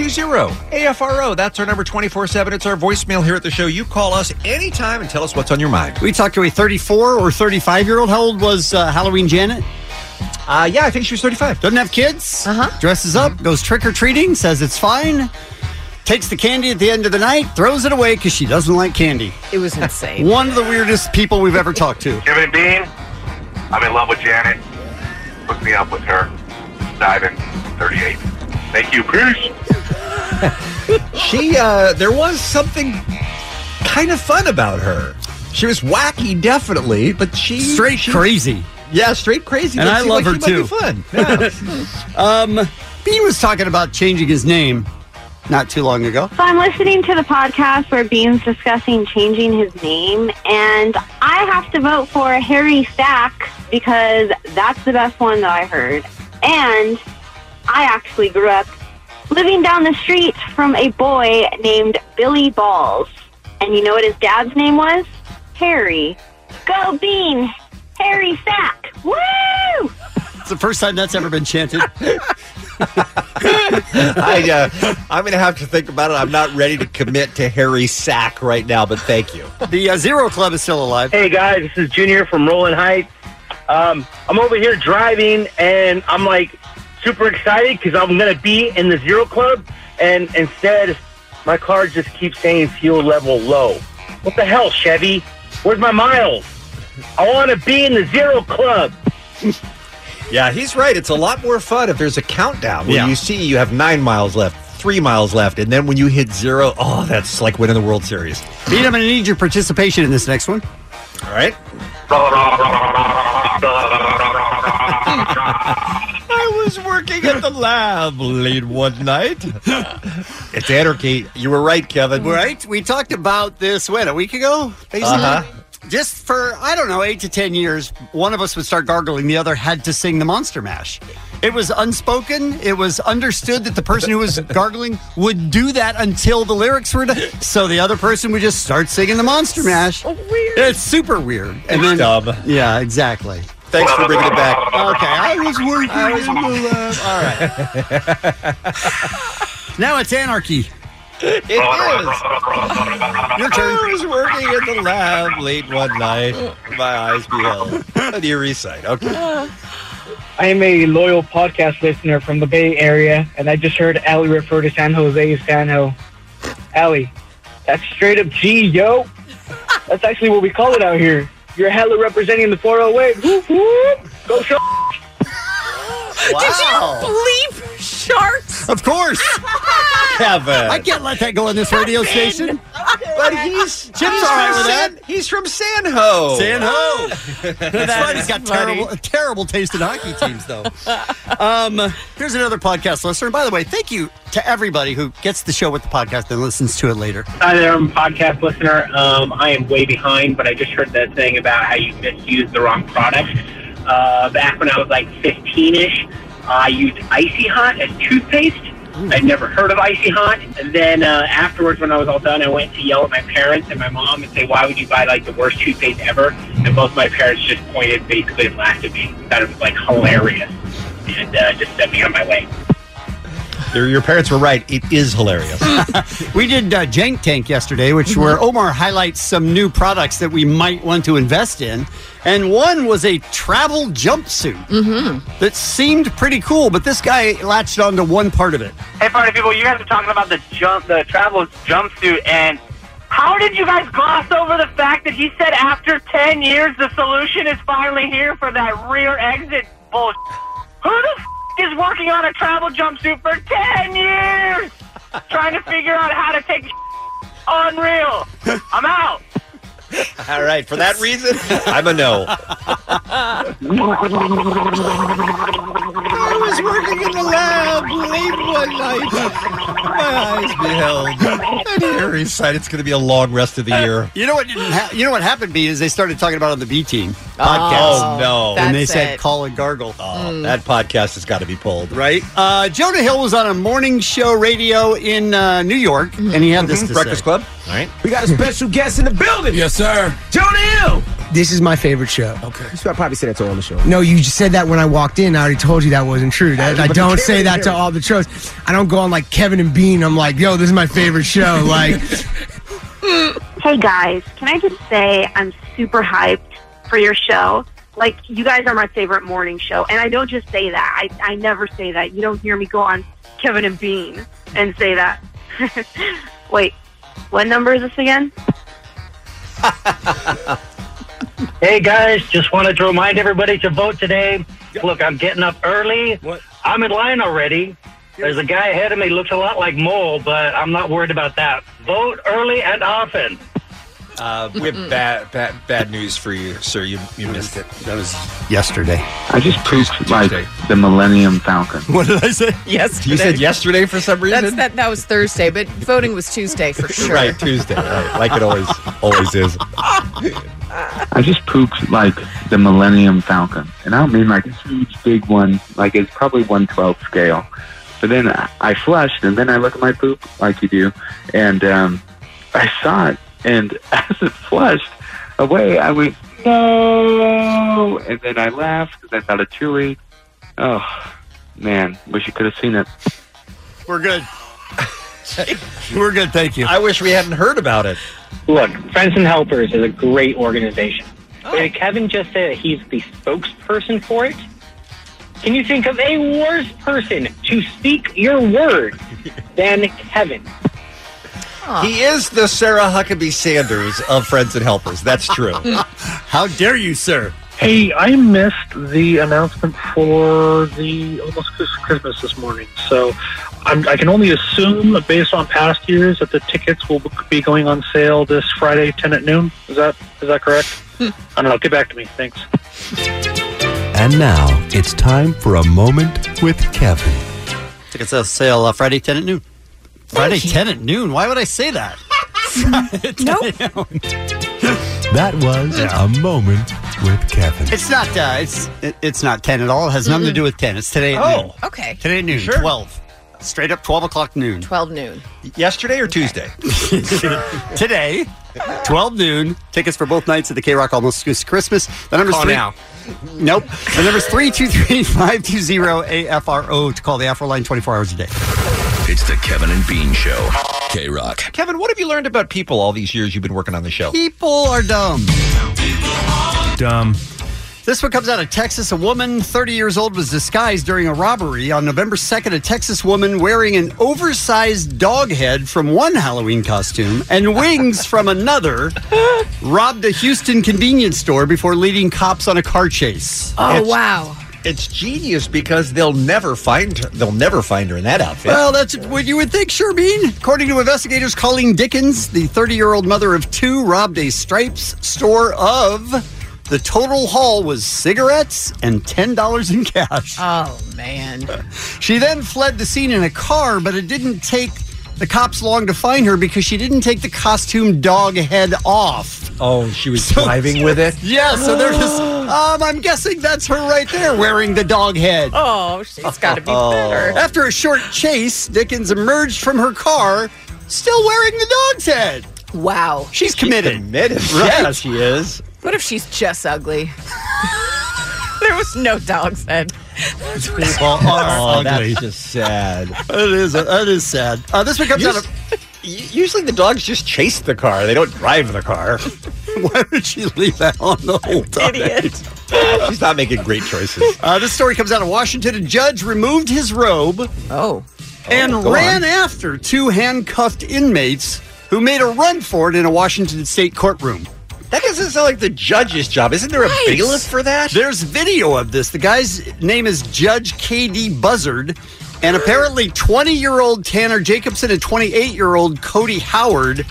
S5: 323-520-AFRO. That's our number 24-7. It's our voicemail here at the show. You call us anytime and tell us what's on your mind.
S8: We talked to a 34 or 35 year old. How old was uh, Halloween Janet?
S5: Uh, yeah, I think she was 35.
S8: Doesn't have kids. Uh huh. Dresses up, goes trick or treating, says it's fine. Takes the candy at the end of the night, throws it away because she doesn't like candy.
S11: It was insane.
S8: One of the weirdest people we've ever talked to.
S20: Kevin and Bean, I'm in love with Janet. Hook me up with her. Diving, 38. Thank you. Peace.
S5: (laughs) She, uh, there was something kind of fun about her. She was wacky, definitely, but she...
S8: Straight
S5: she-
S8: crazy.
S5: Yeah, straight crazy.
S8: And
S5: but
S8: I
S5: seemed
S8: love
S5: like
S8: her
S5: she might
S8: too.
S5: be fun. Yeah.
S8: (laughs) Um, Bean was talking about changing his name not too long ago.
S18: So I'm listening to the podcast where Bean's discussing changing his name, and I have to vote for Harry Stack because that's the best one that I heard. And I actually grew up living down the street from a boy named Billy Balls. And you know what his dad's name was? Harry. Go Bean! Harry Stack! Woo!
S8: It's the first time that's ever been chanted.
S5: (laughs)
S8: (laughs)
S5: I, uh, I'm going to have to think about it. I'm not ready to commit to Harry Sack right now, but thank you.
S8: The uh, Zero Club is still alive.
S21: Hey guys, this is Junior from Rolling Heights. Um, I'm over here driving, and I'm like super excited because I'm gonna be in the Zero Club, and instead, my car just keeps saying fuel level low. What the hell, Chevy? Where's my miles? I want to be in the Zero Club. (laughs)
S5: Yeah, he's right. It's a lot more fun if there's a countdown. When
S21: Yeah.
S5: you see you have nine miles left, three miles left, and then when you hit zero, oh, that's like winning the World Series.
S8: Pete, I'm going to need your participation in this next
S5: (laughs)
S8: one.
S5: All right. (laughs) I was working at the lab late one
S8: (laughs)
S5: night. it's anarchy. You were right, Kevin.
S8: Right? We talked about this, when, a week ago? Basically.
S5: Uh-huh.
S8: Just for, I don't know, eight to 10 years, one of us would start gargling, the other had to sing the Monster Mash. It was unspoken. It was understood that the person who was gargling would do that until the lyrics were done. So the other person would just start singing the Monster Mash. It's super weird. And then, Yeah, exactly.
S5: Thanks for bringing it back.
S8: Okay, I was working. I was All right. now it's anarchy.
S5: It is. Your turn. I was working at the lab late one night. My eyes beheld an eerie sight. Okay.
S7: I am a loyal podcast listener from the Bay Area, and I just heard Allie refer to San Jose as Sanho. Allie, that's straight up G, yo. That's actually what we call it out here. You're hella representing the 408. Whoop, whoop. Go show.
S11: Did you bleep sharks?
S8: (laughs)
S5: Of course. Kevin.
S8: I can't let that go on this radio station.
S5: But he's
S8: Chip's all right with that.
S5: He's from San Ho.
S8: San Ho. That's
S5: Ah. That
S8: right. He's
S5: is
S8: got
S5: funny.
S8: terrible, terrible taste in hockey teams, though. Um, here's another podcast listener. By the way, thank you to everybody who gets the show with the podcast and listens to it later.
S7: Hi there, I'm a podcast listener. Um, I am way behind, but I just heard that thing about how you misuse the wrong product. Uh, back when I was like 15 ish, I used Icy Hot as toothpaste. I'd never heard of Icy Hot. And then uh, afterwards, when I was all done, I went to yell at my parents and my mom and say, Why would you buy like the worst toothpaste ever? And both my parents just pointed basically and laughed at me. Thought it was like hilarious and uh, just sent me on my way.
S5: Your, your parents were right. It is hilarious.
S8: (laughs) we did uh, Jank Tank yesterday, which where Omar highlights some new products that we might want to invest in, and one was a travel jumpsuit that seemed pretty cool. But this guy latched onto one part of it.
S7: Hey, party people, you guys are talking about the jump, the travel jumpsuit, and how did you guys gloss over the fact that he said after 10 years the solution is finally here for that rear exit bullshit? Who the f- is working on a travel jumpsuit for 10 years? Trying to figure out how to take (laughs) unreal. I'm out.
S5: All right. For that reason, (laughs) I'm a no.
S7: I
S5: was working in the lab late one night. My eyes beheld an eerie sight. It's going to be a long rest of the year.
S8: Uh, You know what didn't ha- you know what happened, B, is they started talking about it on the B team podcast.
S5: Oh, no.
S8: and they
S5: That's
S8: said
S5: it. Hmm.
S8: call and gargle.
S5: That podcast has got to be pulled.
S8: Right? Uh, Jonah Hill was on a morning show radio in uh, New York,
S5: Hmm.
S8: and he had this to
S5: Breakfast
S8: say.
S5: Club. All right.
S22: We got a special guest in the building. Yes, sir. Jonah Hill. This is my favorite show. Okay. You should probably say that to all the shows. No, you just said that when I walked in. I already told you that wasn't true. That, I
S23: But you
S22: don't
S23: can't
S22: say
S23: really
S22: that to
S23: hear it.
S22: all the shows. I don't go on like Kevin and Bean. I'm like, yo, this is my favorite show. Like,
S18: (laughs)
S19: (laughs)
S18: Hey guys, can I just say I'm super hyped for your show? Like, you guys are my favorite morning show. And I don't just say that, I, I never say that. You don't hear me go on Kevin and Bean and say that. (laughs) Wait, what number is this again?
S7: Hey guys, just wanted to remind everybody to vote today. Look, I'm getting up early. I'm in line already. There's a guy ahead of me looks a lot like Mole, but I'm not worried about that. Vote early and often.
S5: Uh, we have bad, bad, bad news for you, sir. You you missed it. That was
S8: yesterday.
S3: I just pooped like the Millennium Falcon.
S8: What did I say?
S11: Yesterday.
S5: You said yesterday for some reason.
S11: That's, that, that was Thursday, but voting was
S8: (laughs)
S11: Tuesday for sure.
S5: Right, Tuesday. Right, like it always always is.
S3: I just pooped like the Millennium Falcon. And I don't mean like a huge big one, like it's probably 112 scale. But then I- I flushed and then I look at my poop like you do. And um, I saw it. And (laughs) as it flushed away, I went, no. And then I laughed because I thought of Chewy. Oh, man. Wish you could have seen it. (laughs)
S8: We're good. We're good, thank you.
S5: I wish we hadn't heard about it.
S7: Look, Friends and Helpers is a great organization.
S23: And Kevin just said that he's the spokesperson for it. Can you think of a worse person to speak your word than Kevin? (laughs)
S5: He is the Sarah Huckabee Sanders of Friends and Helpers. That's true. (laughs) How dare you, sir?
S24: Hey, I missed the announcement for the almost Chris- Christmas this morning, so I'm, I can only assume, based on past years, that the tickets will be going on sale this Friday, ten at noon. Is that is that correct?
S23: (laughs)
S24: I don't know. Get back to me. Thanks.
S6: And now it's time for a moment with Kevin.
S8: Tickets on sale uh, Friday 10 at noon. Friday 10 at noon? Why would I say
S5: (laughs)
S8: that? (laughs) nope.
S6: That was a moment with Kevin.
S8: It's not. Uh, it's it, it's not ten at all. It has nothing to do with ten. It's today.
S5: Oh.
S8: At noon.
S11: okay.
S8: Today at noon.
S11: Sure.
S8: Twelve. Straight up twelve o'clock noon. (laughs)
S11: 12 noon.
S8: Yesterday or Tuesday? (laughs) today, twelve noon. Tickets for both nights at the K Rock Almost Goose Christmas. The number's
S16: Call
S8: three.
S16: now.
S8: Nope. The number's three two three five two zero AFRO to call the Afro line twenty four hours a day.
S15: It's the Kevin and Bean Show. K Rock.
S5: Kevin, what have you learned about people all these years you've been working on the show?
S8: People are dumb.
S25: Dumb.
S8: This one comes out of Texas. A woman, 30 years old, was disguised during a robbery. On November 2nd, a Texas woman wearing an oversized dog head from one Halloween costume and wings from another robbed a Houston convenience store before leading cops on a car chase.
S11: wow.
S5: It's genius because they'll never find her. They'll never find her in that outfit.
S8: Well, that's what you would think, Sherbean. According to investigators, Colleen Dickens, the 30 year old mother of two, robbed a Stripes store of. The total haul was cigarettes and $10 in cash.
S11: Oh, man.
S8: (laughs) She then fled the scene in a car, but it didn't take the cops long to find her because she didn't take the costume dog head off.
S5: oh, she was driving with it.
S8: (laughs) Yeah, so they're
S11: (gasps)
S8: just. Um, I'm guessing that's her right there wearing the dog head.
S11: Oh, she's got to be
S8: (laughs)
S11: better.
S8: After a short chase, Dickens emerged from her car, still wearing the dog's head.
S11: Wow.
S8: She's committed.
S5: committed.
S8: Right.
S5: Yeah, she is.
S11: What if she's just ugly? (laughs) there was no dog's head.
S8: People are
S5: Oh, that's
S8: ugly.
S5: just sad.
S8: That is that is sad. Uh, this one comes out of.
S5: Usually the dogs just chase the car.
S11: (laughs)
S5: They don't (laughs) drive the car.
S8: (laughs) Why would she leave that on the whole time?
S5: She's not making great choices.
S8: (laughs) Uh, this story comes out of Washington. A judge removed his robe.
S11: Oh.
S8: And
S5: go
S8: ran
S5: on.
S8: after two handcuffed inmates who made a run for it in a Washington state courtroom.
S5: That doesn't sound like the judge's job. Isn't there a
S8: Right.
S5: bailiff for that?
S8: There's video of this. The guy's name is Judge K.D. Buzzard. And apparently, 20 year old Tanner Jacobson and 28 year old Cody Howard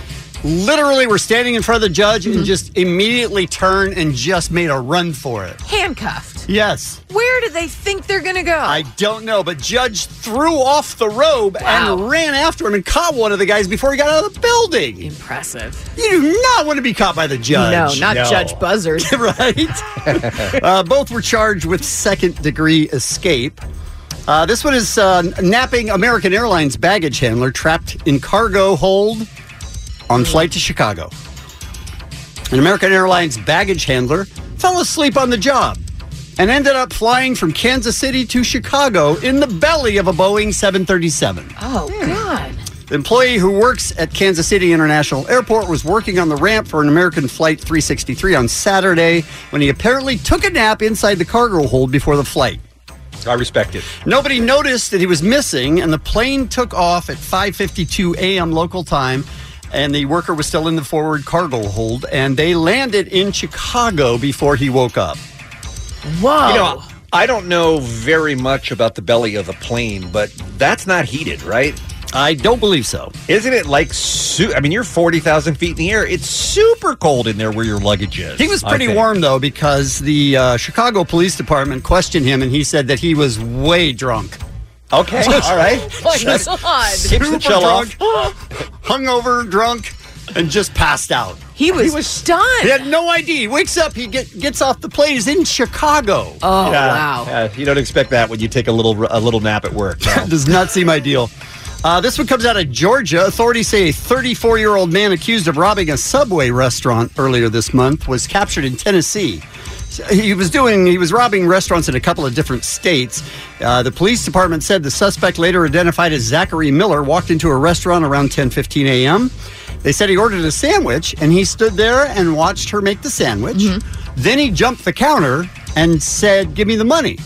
S8: literally were standing in front of the judge
S5: Mm-hmm.
S8: and just immediately turned and just made a run for it.
S11: Handcuffed.
S8: Yes.
S11: Where do they think they're going to go?
S8: I don't know, but Judge threw off the robe and ran after him and caught one of the guys before he got out of the building.
S11: Impressive.
S8: You do not want to be caught by the judge.
S11: No, not
S5: (laughs)
S11: Judge Buzzard.
S8: right? (laughs) uh, both were charged with second degree escape. Uh, this one is uh, napping American Airlines baggage handler trapped in cargo hold on flight to Chicago. An American Airlines baggage handler fell asleep on the job and ended up flying from Kansas City to Chicago in the belly of a Boeing 737.
S11: (laughs) Oh, God.
S8: The employee who works at Kansas City International Airport was working on the ramp for an American Flight 363 on Saturday when he apparently took a nap inside the cargo hold before the flight.
S5: I respect it.
S8: Nobody noticed that he was missing, and the plane took off at 5:52 a.m. local time. And the worker was still in the forward cargo hold, and they landed in Chicago before he woke up.
S11: Whoa.
S5: You know, I don't know very much about the belly of a plane, but that's not heated, right?
S8: I don't believe so.
S5: Isn't it like, su- I mean, you're 40,000 feet in the air. It's super cold in there where your luggage is.
S8: He was
S5: I
S8: pretty
S5: think.
S8: warm though because the uh, Chicago Police Department questioned him, and he said that he was way drunk. (laughs)
S5: Okay, all
S11: (laughs)
S5: right.
S11: Oh My
S8: Just
S11: God. Oh,
S8: Super
S11: Keeps the chill
S8: drunk, hungover, drunk, and just passed out.
S11: He was, stunned.
S8: He had no idea. He wakes up, he get, gets off the plane. He's in Chicago.
S11: Oh,
S5: Yeah,
S11: wow.
S5: yeah, you don't expect that when you take a little a little nap
S8: (laughs)
S5: at work. no.
S8: Does not seem ideal. Uh, this one comes out of Georgia. Authorities say a 34 year old man accused of robbing a Subway restaurant earlier this month was captured in Tennessee. So He was doing, he was robbing restaurants in a couple of different states. Uh, the police department said the suspect, later identified as Zachary Miller, walked into a restaurant around 10:15 a.m. They said he ordered a sandwich and he stood there and watched her make the sandwich. Then he jumped the counter and said, Give me the money.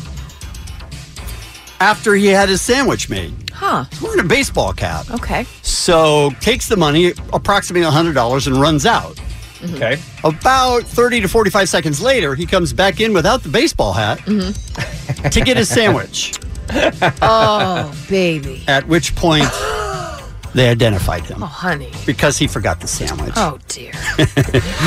S8: After he had his sandwich made.
S11: Huh.
S8: He's wearing a baseball cap.
S11: Okay.
S8: So takes the money, approximately $100, and runs out.
S11: Mm-hmm.
S26: Okay.
S8: About 30 to 45 seconds later, he comes back in without the baseball hat (laughs) to get his sandwich.
S11: Mm-hmm. (laughs) oh, baby.
S8: At which
S11: (gasps)
S8: point, they identified him
S11: Oh, honey.
S8: because he forgot the sandwich. (laughs)
S11: Oh, dear.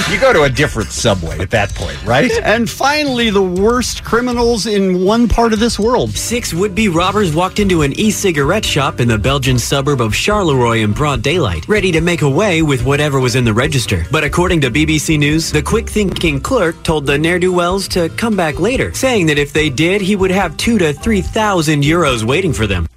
S8: you go to a different subway at that point, right? And finally, the worst criminals in one part of this world.
S27: Six would be robbers walked into an e cigarette shop in the Belgian suburb of Charleroi in broad daylight, ready to make away with whatever was in the register. But according to BBC News, the quick thinking clerk told the ne'er do wells to come back later, saying that if they did, he would have two to three thousand euros waiting for them.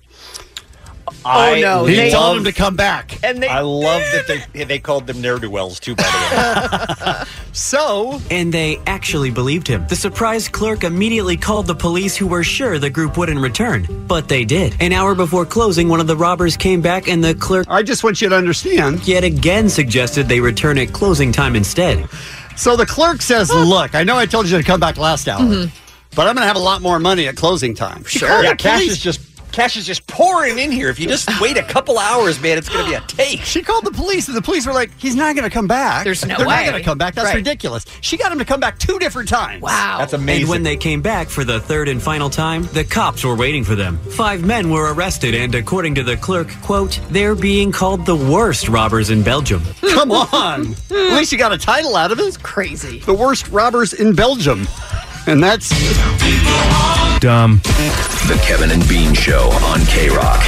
S5: I
S27: no,
S8: He
S27: they-
S8: Oh, told him to come back.
S11: And
S5: I love that they they called them ne'er do wells too. By the way,
S8: So?
S27: And they actually believed him. The surprised clerk immediately called the police, who were sure the group wouldn't return. But they did. An hour before closing, one of the robbers came back, and the clerk.
S8: I just want you to understand.
S27: Yet again suggested they return at closing time instead.
S8: So the clerk says, Look, I know I told you to come back last hour,
S11: Mm-hmm.
S27: Mhm.
S8: but I'm going to have a lot more money at closing time.
S5: Sure. Yeah, cash is just cash is just pouring in here. If you just wait a couple hours, man, it's going to be a take.
S8: She called the police, and the police were like, "He's not going to come back. There's
S5: no
S8: They're
S5: way."
S8: not going to come back. That's ridiculous." She got him to come back two different times. Wow,
S27: And when they came back for the third and final time, the cops were waiting for them. Five men were arrested, and according to the clerk, quote, they're being called the worst robbers in Belgium.
S8: (laughs) (laughs) Come on. At least you got a title out of it. It's
S11: crazy.
S8: The worst robbers in Belgium, and that's
S28: Dumb.
S6: The Kevin and Bean Show on K Rock.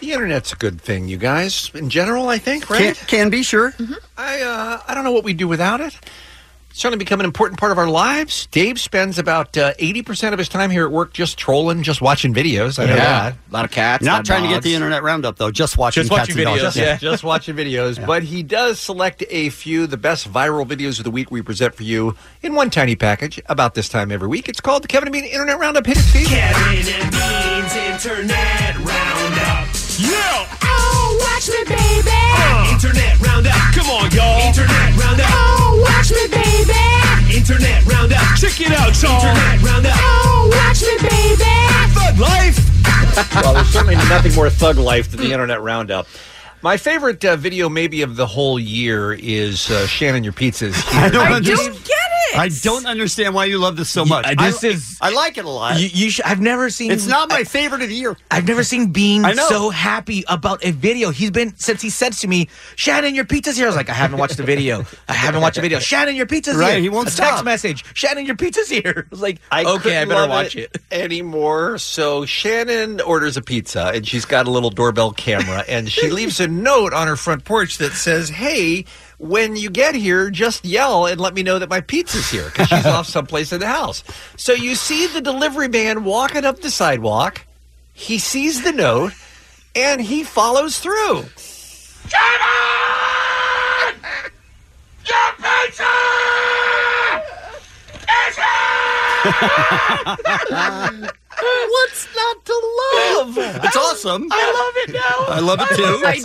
S5: The internet's a good thing, you guys. In general, I think, right? Can,
S8: be, sure.
S5: I uh, I don't know what we do without it. It's certainly become an important part of our lives. Dave spends about uh, eighty percent of his time here at work just trolling, just watching videos. I know
S8: Yeah.
S5: that. A lot of cats.
S8: not trying to get the internet roundup though. Just watching
S5: just
S8: cats
S5: watching
S8: and
S5: videos.
S8: dogs.
S5: Just, just watching videos. But he does select a few the best viral videos of the week we present for you in one tiny package about this time every week. It's called the Kevin and Bean Internet Roundup. Hit it, Steve.
S9: Kevin and Bean's Internet Roundup. Yeah! Oh, watch me, baby! Uh, Internet Roundup. Come on, y'all. Internet Roundup. Oh, watch me, baby! Internet Roundup. Check it out, y'all. Internet Roundup. Oh, watch me, baby! Thug life!
S5: well, there's certainly Uh, nothing more thug life than the internet roundup. My favorite uh, video, maybe of the whole year, is uh, Shannon your pizzas.
S8: (laughs)
S5: Here.
S8: I don't
S5: (laughs)
S8: I don't understand- I don't understand why you love this so much.
S5: I- this
S8: I,
S5: is-
S8: I like it a lot.
S7: You, you sh- I've never seen.
S8: it's not my favorite of the year.
S7: I've never seen Bean
S8: I know.
S7: so happy about a video. He's been since he said to me, "Shannon, your pizza's here." I was like, "I haven't watched the video. I haven't watched the video." Shannon, your pizza's
S5: Right,
S7: here.
S5: he won't
S7: a text
S5: stop.
S7: message. Shannon, your pizza's here. (laughs) I was like, "Okay, I
S5: couldn't
S7: better
S5: love
S7: watch it."
S5: (laughs) anymore. So Shannon orders a pizza, and she's got a little
S7: (laughs)
S5: doorbell camera, and she leaves a note on her front porch that says, "Hey." When you get here, just yell and let me know that my pizza's here because
S7: (laughs)
S5: she's off someplace in the house. So you see the delivery man walking up the sidewalk. He sees the note and he follows through.
S9: Your pizza! Is here!
S5: (laughs) What's not to love?
S8: It's awesome.
S5: I love it now.
S8: I
S7: (laughs)
S8: love it too.
S11: I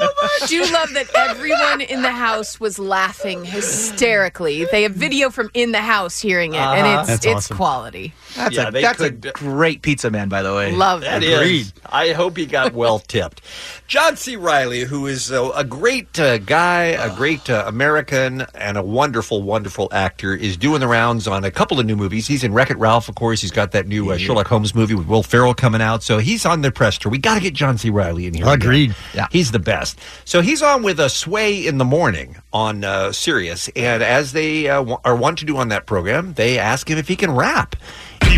S11: do love that everyone in the house was laughing hysterically. They have video from in the house hearing it, and
S7: Uh-huh.
S11: it's
S7: That's
S11: it's
S7: awesome.
S11: quality.
S7: That's
S5: Yeah,
S7: a
S5: they
S7: that's a
S5: could-
S7: great pizza man, by the way.
S11: Love
S5: That is. I hope he got well tipped. John C. Riley, who is a, a great uh, guy, a great uh, American, and a wonderful, wonderful actor, is doing the rounds on a couple of new movies. He's in Wreck It Ralph, of course. He's got that new uh, Sherlock Holmes movie with Will Ferrell coming out. So he's on the press tour. We got to get John C. Riley in here. Agreed. Yeah. He's the best. So he's on with a Sway in the Morning on uh, Sirius. And as they uh, wa- are wont to do on that program, they ask him if he can rap.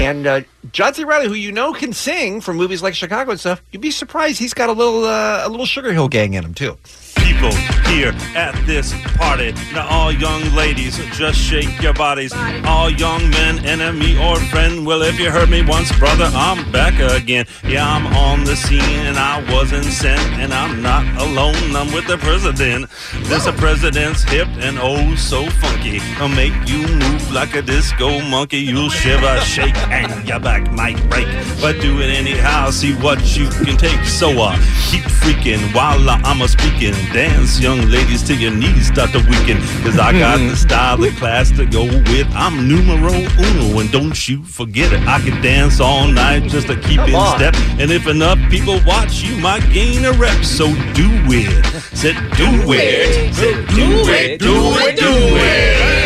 S5: And uh, John C. Riley, who you know can sing from movies like Chicago and stuff, you'd be surprised he's got a little uh, a little Sugar Hill Gang in him too.
S29: people here at this party. Now, all young ladies, just shake your bodies. All young men, enemy or friend. Well, if you heard me once, brother, I'm back again. Yeah, I'm on the scene and I wasn't sent, and I'm not alone. I'm with the president. This a president's hip and oh so funky. I'll make you move like a disco monkey. You'll shiver, shake, and your back might break. But do it anyhow, see what you can take. So uh, keep freaking while I'm a speaking. Then dance, young ladies, to your knees, Dr. Weekend. Cause I got the style, the class to go with. I'm numero uno, and don't you forget it. I can dance all night just to keep
S17: Come
S29: in
S17: on.
S29: step. And if enough people watch, you might gain a rep. So do it. Said do it. Said do it. Do it. Do it.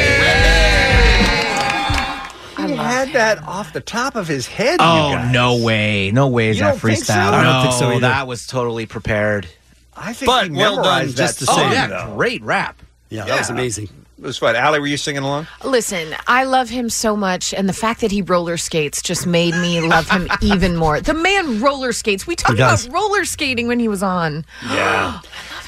S5: He had that off the top of his head. you
S30: Oh
S5: guys.
S30: no way! No way is
S5: You
S30: that
S5: don't think
S30: freestyle.
S5: so? I don't
S30: no,
S5: think so either.
S30: That was totally prepared.
S5: I think
S30: But
S5: he
S30: well done,
S5: memorized that
S30: just the
S5: song,
S30: same. Oh, yeah,
S5: great
S30: rap.
S5: Yeah,
S11: that was
S5: amazing. It was fun. Allie, were you singing along?
S11: Listen, I love him so much, and the fact that he roller skates just made me
S5: (laughs)
S11: love him even more. The man roller skates. We talked
S5: He
S11: about
S5: does.
S11: roller skating when he was on.
S5: (gasps) Yeah.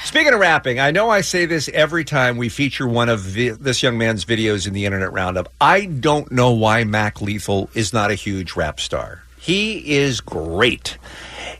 S5: Speaking of rapping, I know I say this every time we feature one of the, this young man's videos in the Internet Roundup. I don't know why Mac Lethal is not a huge rap star. He is great.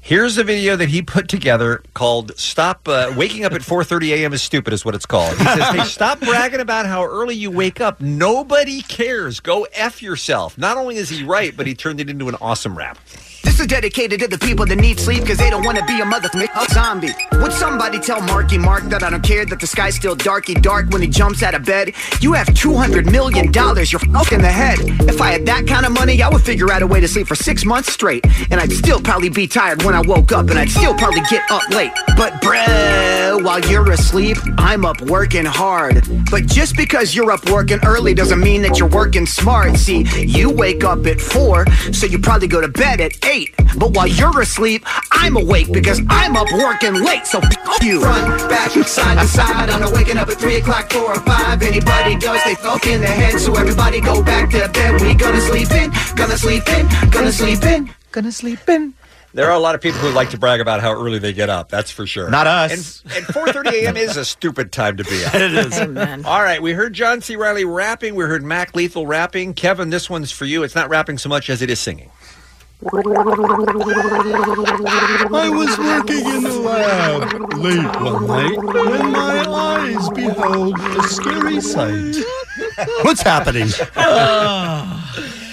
S5: Here's a video that he put together called "Stop uh, Waking Up at 4:30 A.M. is Stupid" is what it's called. He says, "Hey, (laughs) stop bragging about how early you wake up. Nobody cares. Go f yourself." Not only is he right, but he turned it into an awesome rap.
S31: This is dedicated to the people that need sleep because they don't want to be a mother a zombie. Would somebody tell Marky Mark that I don't care that the sky's still darky dark when he jumps out of bed? You have $200 million, you're f***ing the head. If I had that kind of money, I would figure out a way to sleep for six months straight. And I'd still probably be tired when I woke up and I'd still probably get up late. But bro, while you're asleep, I'm up working hard. But just because you're up working early doesn't mean that you're working smart. See, you wake up at four, so you probably go to bed at eight. But while you're asleep, I'm awake because I'm up working late. So f- you. Front, back, side to side. I'm not waking up at three o'clock, four or five. Anybody does, they fuck in the head. So everybody go back to bed. We gonna sleep in, gonna sleep in, gonna sleep in, gonna sleep in.
S5: There are a lot of people who like to brag about how early they get up. That's for sure.
S31: Not us.
S5: And, and 4:30 a.m. is a stupid time to be up.
S31: It is.
S5: All right, we heard John C. Riley rapping. We heard Mac Lethal rapping. Kevin, this one's for you. It's not rapping so much as it is singing.
S9: I was working in the lab late one night when my eyes beheld a scary sight.
S8: (laughs) What's happening?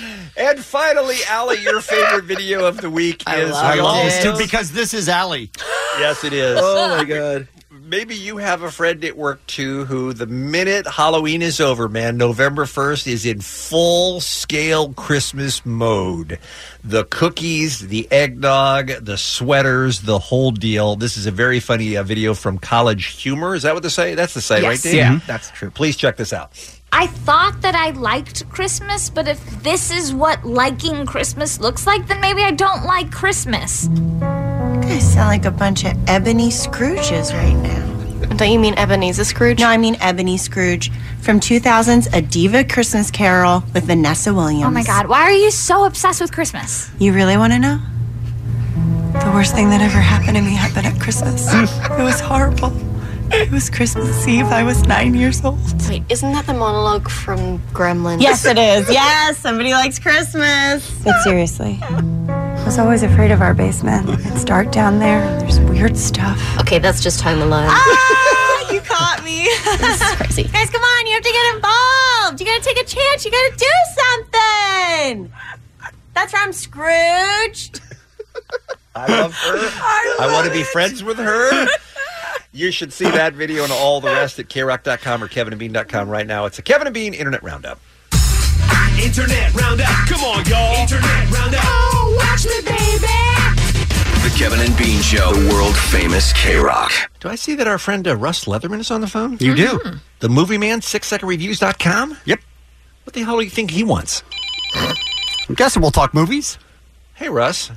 S5: (laughs) and finally, Allie, your favorite video of the week is
S8: I
S5: we all-
S8: lost it because this is Allie.
S5: Yes, it is.
S8: Oh, my
S5: god. Maybe you have a friend at work too who the minute Halloween is over, man, November 1st is in full scale Christmas mode. The cookies, the eggnog, the sweaters, the whole deal. This is a very funny uh, video from College Humor. Is that what they say? That's the site,
S2: Yes.
S5: right, Dave?
S2: Yeah,
S5: that's true. Please check this out.
S2: I thought that I liked Christmas, but if this is what liking Christmas looks like, then maybe I don't like Christmas.
S26: You guys sound like a bunch of ebony Scrooges right now. Don't you mean Ebenezer Scrooge? No, I mean Ebony Scrooge from 2000's A Diva Christmas Carol with Vanessa Williams.
S2: Oh my god, why are you so obsessed with Christmas?
S26: You really want to know? The worst thing that ever happened to me happened at Christmas. it was horrible. It was Christmas Eve. I was nine years old. Wait, isn't that the monologue from Gremlins? Yes, it is. Yes, somebody likes Christmas. But seriously, I was always afraid of our basement. It's dark down there, and there's weird stuff. Okay, that's just Home Alone.
S2: Ah, you caught me. this is crazy. Guys, come on, you have to get involved. You gotta take a chance, you gotta do something. That's from Scrooge.
S5: I love her. I, want to be friends with her. You should see that video and all the rest at krock.com or kevinandbean.com right now. It's a Kevin and Bean Internet Roundup.
S9: Internet Roundup. Come on, y'all. Internet Roundup. Oh, watch me, baby.
S6: The Kevin and Bean Show, the world famous K Rock.
S5: Do I see that our friend uh, Russ Leatherman is on the phone?
S6: You do.
S5: The Movie Man, 6secondreviews.com? Yep. What the hell do you think he wants?
S8: I'm guessing we'll talk movies.
S5: Hey, Russ.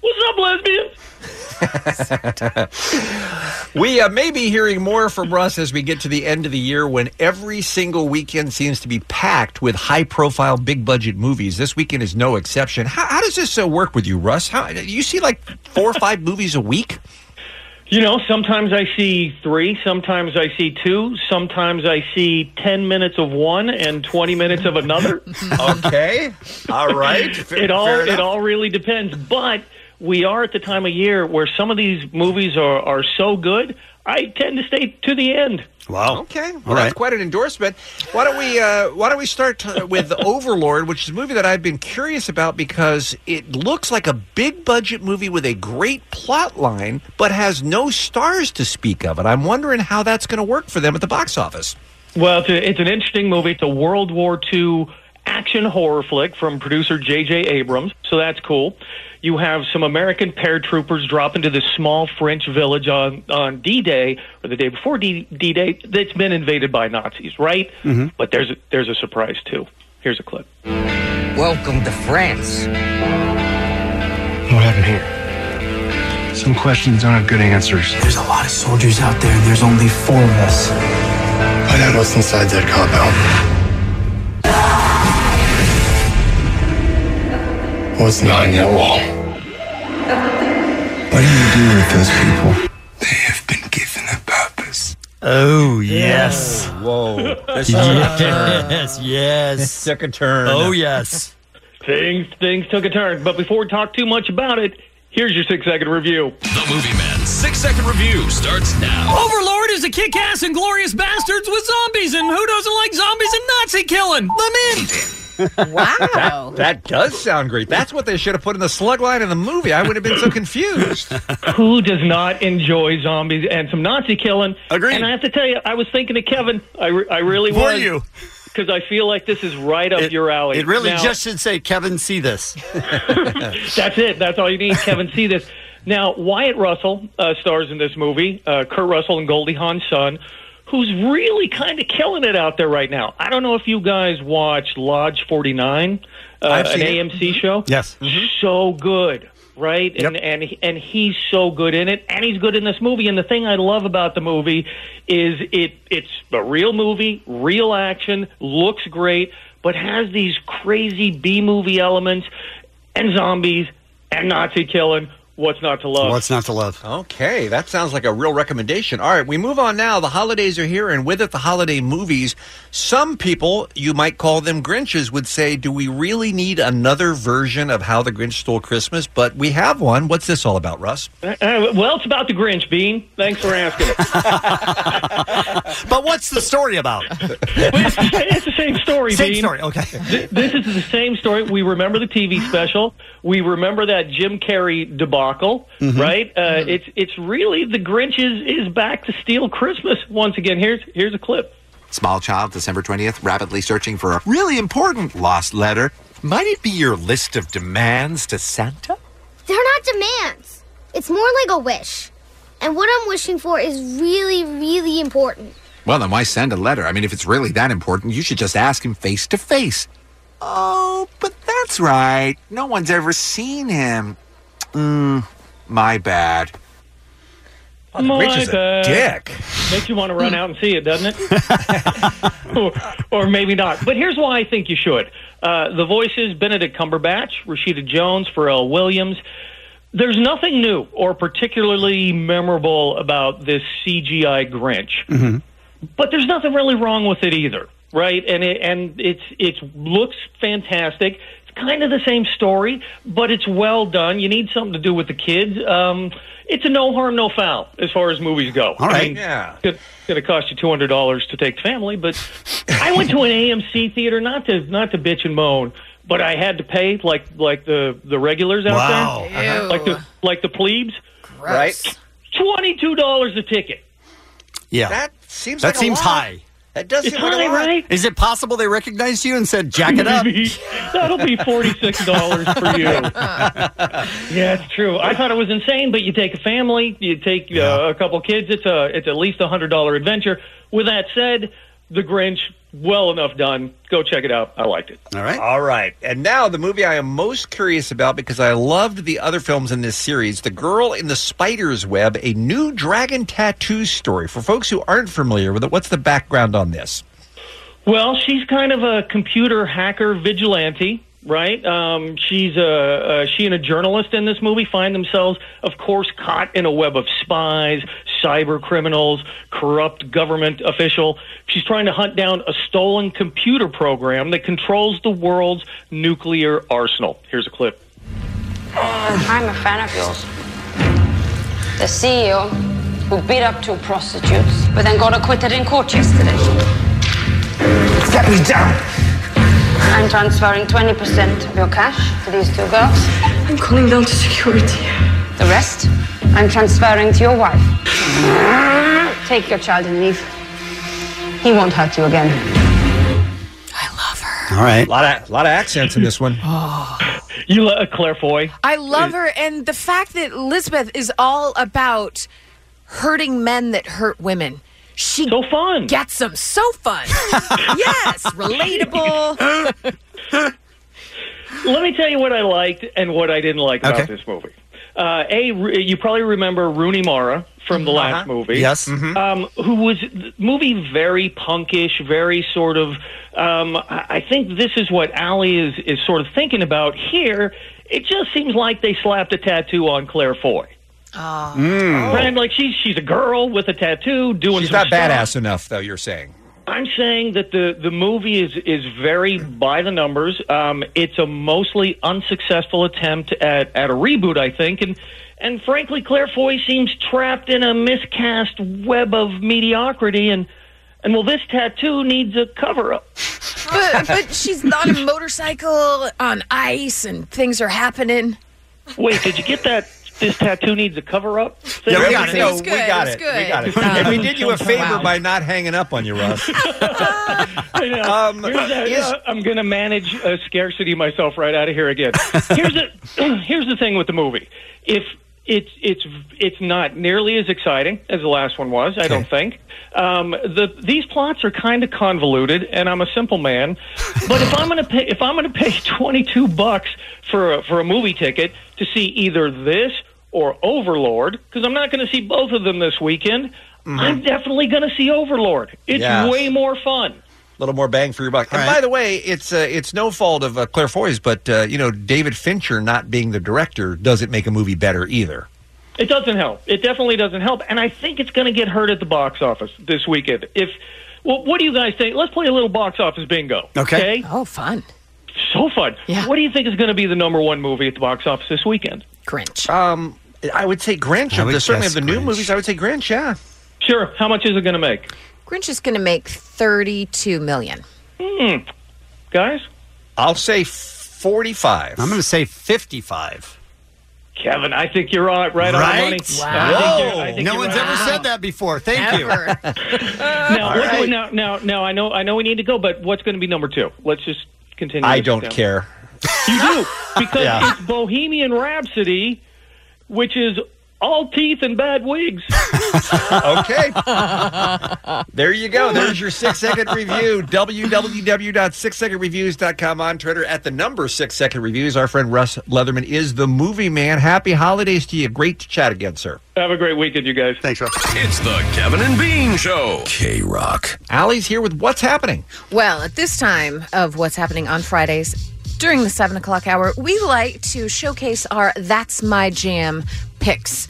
S9: What's up, lesbian?
S5: we uh, may be hearing more from Russ as we get to the end of the year when every single weekend seems to be packed with high profile, big budget movies. This weekend is no exception. How, how does this uh, work with you, Russ? How, you see like four or five (laughs) movies a week?
S32: You know, sometimes I see three, sometimes I see two, sometimes I see 10 minutes of one and 20 minutes of
S5: (laughs)
S32: another.
S5: okay. All right.
S32: (laughs)
S5: Fair-
S32: it all
S5: fair enough.
S32: it all really depends, but we are at the time of year where some of these movies are, are so good, I tend to stay to the end.
S8: Wow.
S5: Okay. Well, that's quite an endorsement. Why don't we uh, Why don't we start uh, with Overlord, which is a movie that I've been curious about because it looks like a big budget movie with a great plot line, but has no stars to speak of. And I'm wondering how that's going to work for them at the box office.
S32: Well, it's, a, it's an interesting movie. It's a World War II action horror flick from producer J.J. Abrams, so that's cool. You have some American paratroopers drop into this small French village on, on D Day, or the day before D Day, that's been invaded by Nazis, right?
S5: Mm-hmm.
S32: But there's a, there's a surprise, too. Here's a clip.
S17: Welcome to France.
S20: What happened here? Some questions don't have good answers. There's a lot of soldiers out there, and there's only four of us. Find out what's inside that compound. What's not that wall? What do you do with those people? They have been given a purpose.
S8: Oh yes.
S5: Whoa.
S8: yes.
S20: This
S5: (laughs)
S20: took a
S32: uh,
S8: (laughs)
S20: turn.
S8: Yes.
S32: (laughs)
S8: Yes.
S5: Took a turn.
S8: Oh yes.
S32: Things things took a turn, but before we talk too much about it, here's your six second review.
S19: The Movie Man's six second review starts now.
S21: Overlord is a kick ass and glorious bastards with zombies, and who doesn't like zombies and Nazi killing? Let me in.
S5: Wow. That, that does sound great. That's what they should have put in the slug line in the movie. I would have been
S8: (laughs)
S5: so confused.
S32: (laughs) Who does not enjoy zombies and some Nazi killing? Agreed. And I have to tell you, I was thinking of Kevin. I, re- I really
S8: Were
S32: was.
S8: you?
S32: Because I feel like this is right up your alley.
S8: It really
S32: Now-
S8: just should say, Kevin, see this.
S32: That's it. That's all you
S8: (laughs)
S32: need, Kevin. See this. Now, Wyatt Russell uh, stars in this movie, uh, Kurt Russell and Goldie Hawn's son, who's really kind of killing it out there right now. I don't know if you guys watch Lodge 49, uh,
S8: I've
S32: an
S8: seen it. Mm-hmm.
S32: AMC show. Mm-hmm.
S8: Yes.
S32: So good, right? And, and, he- and he's so good in it, and he's good in this movie. And the thing I love about the movie is it it's a real movie, real action, looks great, but has these crazy B movie elements and zombies and Nazi killing. What's not to love?
S8: What's not to love?
S5: Okay, that sounds like a real recommendation. All right, we move on now. The holidays are here, and with it, the holiday movies. Some people, you might call them Grinches, would say, Do we really need another version of How the Grinch Stole Christmas? But we have one. What's this all about, Russ?
S32: Uh, uh, well, it's about the Grinch, Bean. Thanks for asking.
S5: (laughs)
S8: but what's the
S32: (laughs)
S8: story about?
S32: it's the same story,
S8: Same
S32: Bean.
S8: story, okay.
S32: Th- This is the same story. We remember the TV special. We remember that Jim Carrey debacle,
S8: Mm-hmm.
S22: Mhm.
S32: right? Uh, It's it's really the Grinch is, is back to steal Christmas once again. Here's here's a clip.
S22: Small child, December 20th, rapidly searching for a really important lost letter. Might it be your list of demands to Santa?
S1: They're not demands. It's more like a wish. And what I'm wishing for is really, really important.
S22: Well, then why send a letter? I mean, if it's really that important, you should just ask him face to face. Oh, but that's right. No one's ever seen him. Mm, my bad.
S32: Oh,
S22: Grinch is a dick.
S32: Makes you want to run out and see it, (laughs) doesn't it? or, or maybe not. But here's why I think you should. Uh, the voices Benedict Cumberbatch, Rashida Jones, Pharrell Williams. There's nothing new or particularly memorable about this CGI Grinch.
S8: Mm-hmm.
S32: but there's nothing really wrong with it either, right? And it and it's it looks fantastic. It's kind of the same story, but it's well done. You need something to do with the kids. Um, it's a no harm, no foul as far as movies go. All
S8: right.
S32: yeah. It's going to cost you two hundred dollars to take the family, but I went to an AMC theater not to not to bitch and moan, but I had to pay like like the the regulars out
S8: Wow.
S32: there, like the like the plebes, right? Twenty two dollars a ticket.
S8: Yeah.
S32: That seems
S8: That
S32: like a
S8: seems
S32: lot.
S8: high.
S5: That does
S32: It's seem like a high, lot. right?
S8: Is it possible they recognized you and said, jack it up?
S32: That'll be $46 for you. yeah, it's true. I thought it was insane, but you take a family, you take uh, a couple kids. It's a it's at least a hundred dollar adventure. With that said, The Grinch, well enough done. Go check it out. I liked it.
S8: All right.
S5: All right. And now the movie I am most curious about because I loved the other films in this series The Girl in the Spider's Web, a new dragon tattoo story. For folks who aren't familiar with it, what's the background on this?
S32: Well, she's kind of a computer hacker vigilante, right? Um, she's a, a she and a journalist in this movie find themselves, of course, caught in a web of spies, cyber criminals, corrupt government official. She's trying to hunt down a stolen computer program that controls the world's nuclear arsenal. Here's a clip.
S16: I'm a fan of yours. The CEO who beat up two prostitutes, but then got acquitted in court yesterday.
S17: Get me down!
S16: I'm transferring 20% of your cash to these two girls. I'm calling down to security. The rest, I'm transferring to your wife. Take your child and leave. He won't hurt you again.
S8: All right. A
S5: lot of, lot of accents in this one.
S32: (sighs) you let Claire Foy.
S11: I love her, and the fact that Elizabeth is all about hurting men that hurt women. She so
S32: fun
S11: gets them so fun.
S32: (laughs)
S11: yes, relatable.
S32: Let me tell you what I liked and what I didn't like about this movie. Uh, a, Ro- you probably remember Rooney Mara from the last
S9: Uh-huh.
S32: movie.
S9: Yes. Mhm.
S32: Um, who was the movie very punkish, very sort of. Um, I I think this is what Allie is, is sort of thinking about here. It just seems like they slapped a tattoo on Claire Foy.
S11: Oh.
S32: Right? Mm. Like she's she's a girl with a tattoo doing.
S5: She's
S32: some
S5: not badass
S32: stuff.
S5: enough, though. You're saying.
S32: I'm saying that the the movie is is very by the numbers. Um, it's a mostly unsuccessful attempt at at a reboot, I think, and and frankly, Claire Foy seems trapped in a miscast web of mediocrity, and and well, this tattoo needs a cover up.
S11: but, but she's on a motorcycle on ice, and things are happening.
S32: Wait, did you get that? This tattoo needs a cover up.
S5: Yeah, we got
S32: thing?
S5: it. No, we got it. We got it. And we did you a favor by not hanging up on you, Russ.
S32: (laughs) I know. Here's a- uh, I'm going to manage uh, scarcity myself right out of here again. Here's the (clears throat) here's the thing with the movie. If it's it's it's not nearly as exciting as the last one was, I don't think. Um, the these plots are kind of convoluted, and I'm a simple man. But if I'm gonna pay if I'm gonna pay (laughs) 22 bucks for a, for a movie ticket to see either this or Overlord, because I'm not going to see both of them this weekend, I'm definitely going to see Overlord. It's
S5: Yeah.
S32: way more fun.
S5: A little more bang for your buck. And by the way, it's uh, it's no fault of uh, Claire Foy's, but uh, you know David Fincher not being the director doesn't make a movie better either.
S32: It doesn't help. It definitely doesn't help, and I think it's going to get hurt at the box office this weekend. If well, what do you guys think? Let's play a little box office bingo. Okay.
S11: Oh, fun.
S32: So fun. Yeah. What do you think is going to be the number one movie at the box office this weekend?
S11: Grinch.
S5: Um, I would say Grinch.
S32: I would
S5: Of the, certainly of
S32: guess
S5: the new movies, I would say Grinch. Yeah.
S32: Sure. How much is it going to make,
S11: Grinch is going to make thirty-two million.
S32: Hmm. guys?
S5: I'll say
S8: (laughs)
S5: forty-five.
S8: I'm going to say 55.
S32: Kevin, I think you're right, right, on the money. I think you're- I
S8: Wow.
S32: think
S8: No
S32: you're
S8: one's
S32: right. Uh,
S8: ever said that before. Thank you. (laughs)
S32: Now, what- now, now, now, I know, I know, we need to go, but what's going to be number two? Let's just continue.
S5: I
S32: this
S5: don't
S32: down.
S5: care.
S32: You (laughs) do because
S5: Yeah.
S32: it's Bohemian Rhapsody, which is all teeth and bad wigs. (laughs)
S5: okay. There you go. There's your six second (laughs) review. www.sixsecondreviews.com on Twitter at the number six second reviews. Our friend Russ Leatherman is the movie man. Happy holidays to you. Great to chat again, sir.
S32: Have a great weekend, you guys.
S8: Thanks, Russ.
S19: It's the Kevin and Bean Show.
S5: K Rock. Allie's here with What's Happening.
S11: Well, at this time of what's happening on Fridays during the seven o'clock hour, we like to showcase our That's My Jam picks.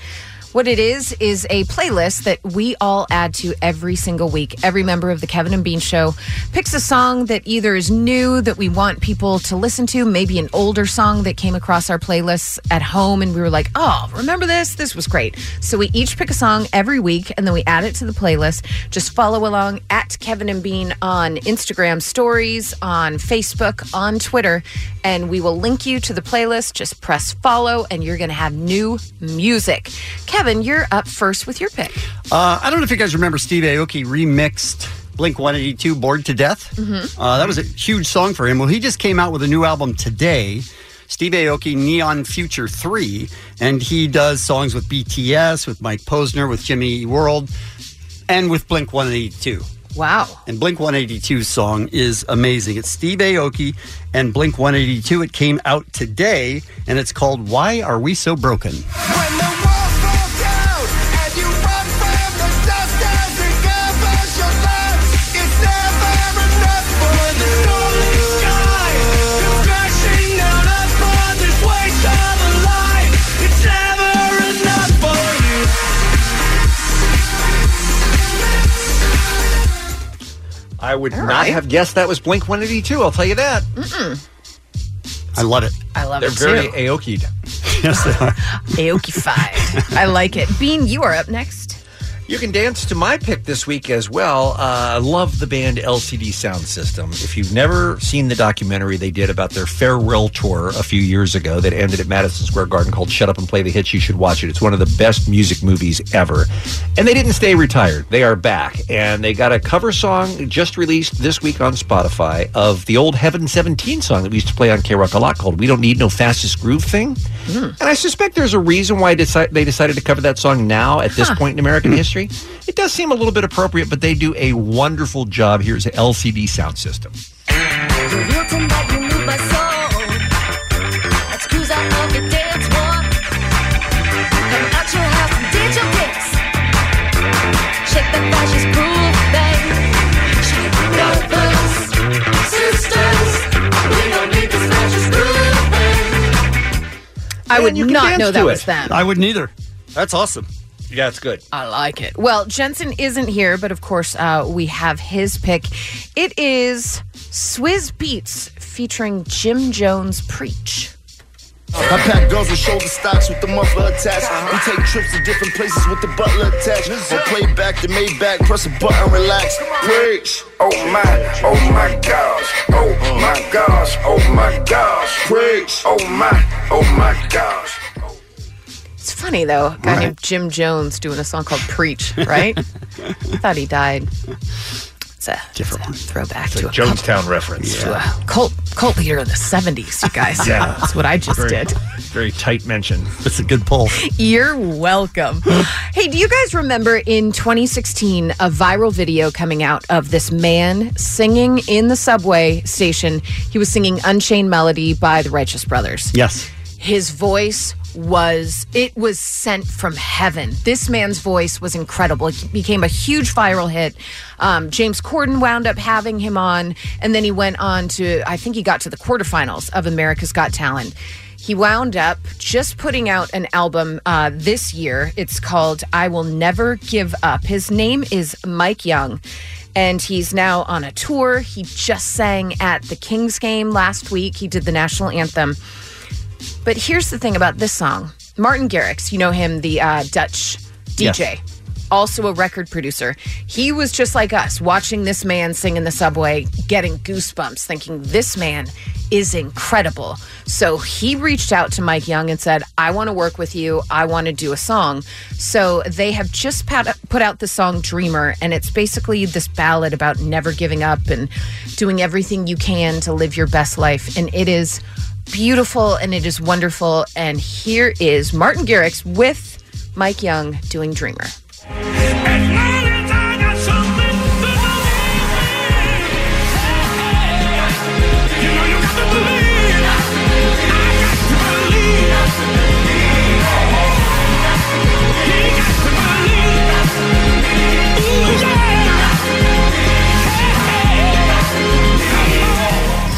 S11: What it is, is a playlist that we all add to every single week. Every member of the Kevin and Bean Show picks a song that either is new that we want people to listen to, maybe an older song that came across our playlists at home and we were like, oh, remember this? This was great. So we each pick a song every week and then we add it to the playlist. Just follow along at Kevin and Bean on Instagram stories, on Facebook, on Twitter, and we will link you to the playlist. Just press follow and you're going to have new music. Kevin, you're up first with your pick.
S8: Uh, I don't know if you guys remember Steve Aoki remixed Blink 182 Bored to Death.
S2: Mm-hmm.
S11: Mhm.
S8: Uh, that was a huge song for him. Well, he just came out with a new album today, Steve Aoki Neon Future 3. And he does songs with BTS, with Mike Posner, with Jimmy Eat World, and with Blink 182.
S11: Wow.
S8: And Blink 182's song is amazing. It's Steve Aoki and Blink 182. It came out today, and it's called Why Are We So Broken?
S5: I would not
S11: right.
S5: have guessed that was Blink 182. I'll tell you that.
S11: Mm-mm.
S8: I love it.
S11: I love
S5: They're
S11: it
S5: very
S11: too.
S5: Aoki'd.
S8: (laughs) yes, they are.
S11: Aokified. I like it. Bean, you are up next.
S5: You can dance to my pick this week as well. Uh, I love the band LCD Sound System. If you've never seen the documentary they did about their farewell tour a few years ago that ended at Madison Square Garden called Shut Up and Play the Hits, you should watch it. It's one of the best music movies ever. And they didn't stay retired, they are back. And they got a cover song just released this week on Spotify of the old Heaven 17 song that we used to play on K Rock a lot called We Don't Need No Fastest Groove Thing. And I suspect there's a reason why deci- they decided to cover that song now at this
S33: Huh.
S5: point in American history. It does seem a little bit appropriate, but they do a wonderful job. Here's LCD Sound System.
S9: Real to that you move my soul. Excuse I know the dance one. Come out your house and did your dance. Shake that fascist groove, babe. Shake brothers, sisters. We don't need this fascist groove, babe.
S11: I would
S8: you can
S11: not
S8: dance
S11: know
S8: to
S11: that
S8: it.
S11: was them. Uh,
S8: I would neither. That's awesome.
S5: Yeah, it's good.
S11: I like it. Well, Jensen isn't here, but of course, uh, we have his pick. It is Swizz Beats featuring Jim Jones Preach.
S18: I pack guns with shoulder stocks with the muffler attached. We take trips to different places with the butler attached. I play back the Maybach, press a button, relax. Preach. Oh my, oh my gosh, oh my gosh, oh my gosh. Preach. Oh my, oh my gosh.
S11: It's funny though, a guy named Jim Jones doing a song called
S5: (laughs)
S11: "Preach," right? I thought he died. It's a different throwback to a
S5: Jonestown reference.
S11: to a cult cult leader in the '70s, you guys.
S5: Yeah.
S11: that's what I just
S5: Very-
S11: did.
S5: Very tight mention. That's a good pull.
S11: You're welcome. hey, do you guys remember in 2016 a viral video coming out of this man singing in the subway station? He was singing Unchained Melody by the Righteous Brothers.
S8: Yes.
S11: His voice was it was sent from heaven. This man's voice was incredible. It became a huge viral hit. Um, James Corden wound up having him on, and then he went on to I think he got to the quarterfinals of America's Got Talent. He wound up just putting out an album uh, this year. It's called I Will Never Give Up. His name is Mike Young and he's now on a tour. He just sang at the Kings game last week. He did the national anthem. But here's the thing about this song Martin Garrix, you know him, the uh, Dutch DJ, also a record producer. He was just like us, watching this man sing in the subway, getting goosebumps, thinking, this man is incredible. So he reached out to Mike Young and said, I want to work with you. I want to do a song. So they have just pat- put out the song Dreamer, and it's basically this ballad about never giving up and doing everything you can to live your best life. And it is beautiful and it is wonderful. And here is Martin Garrix with Mike Young doing Dreamer.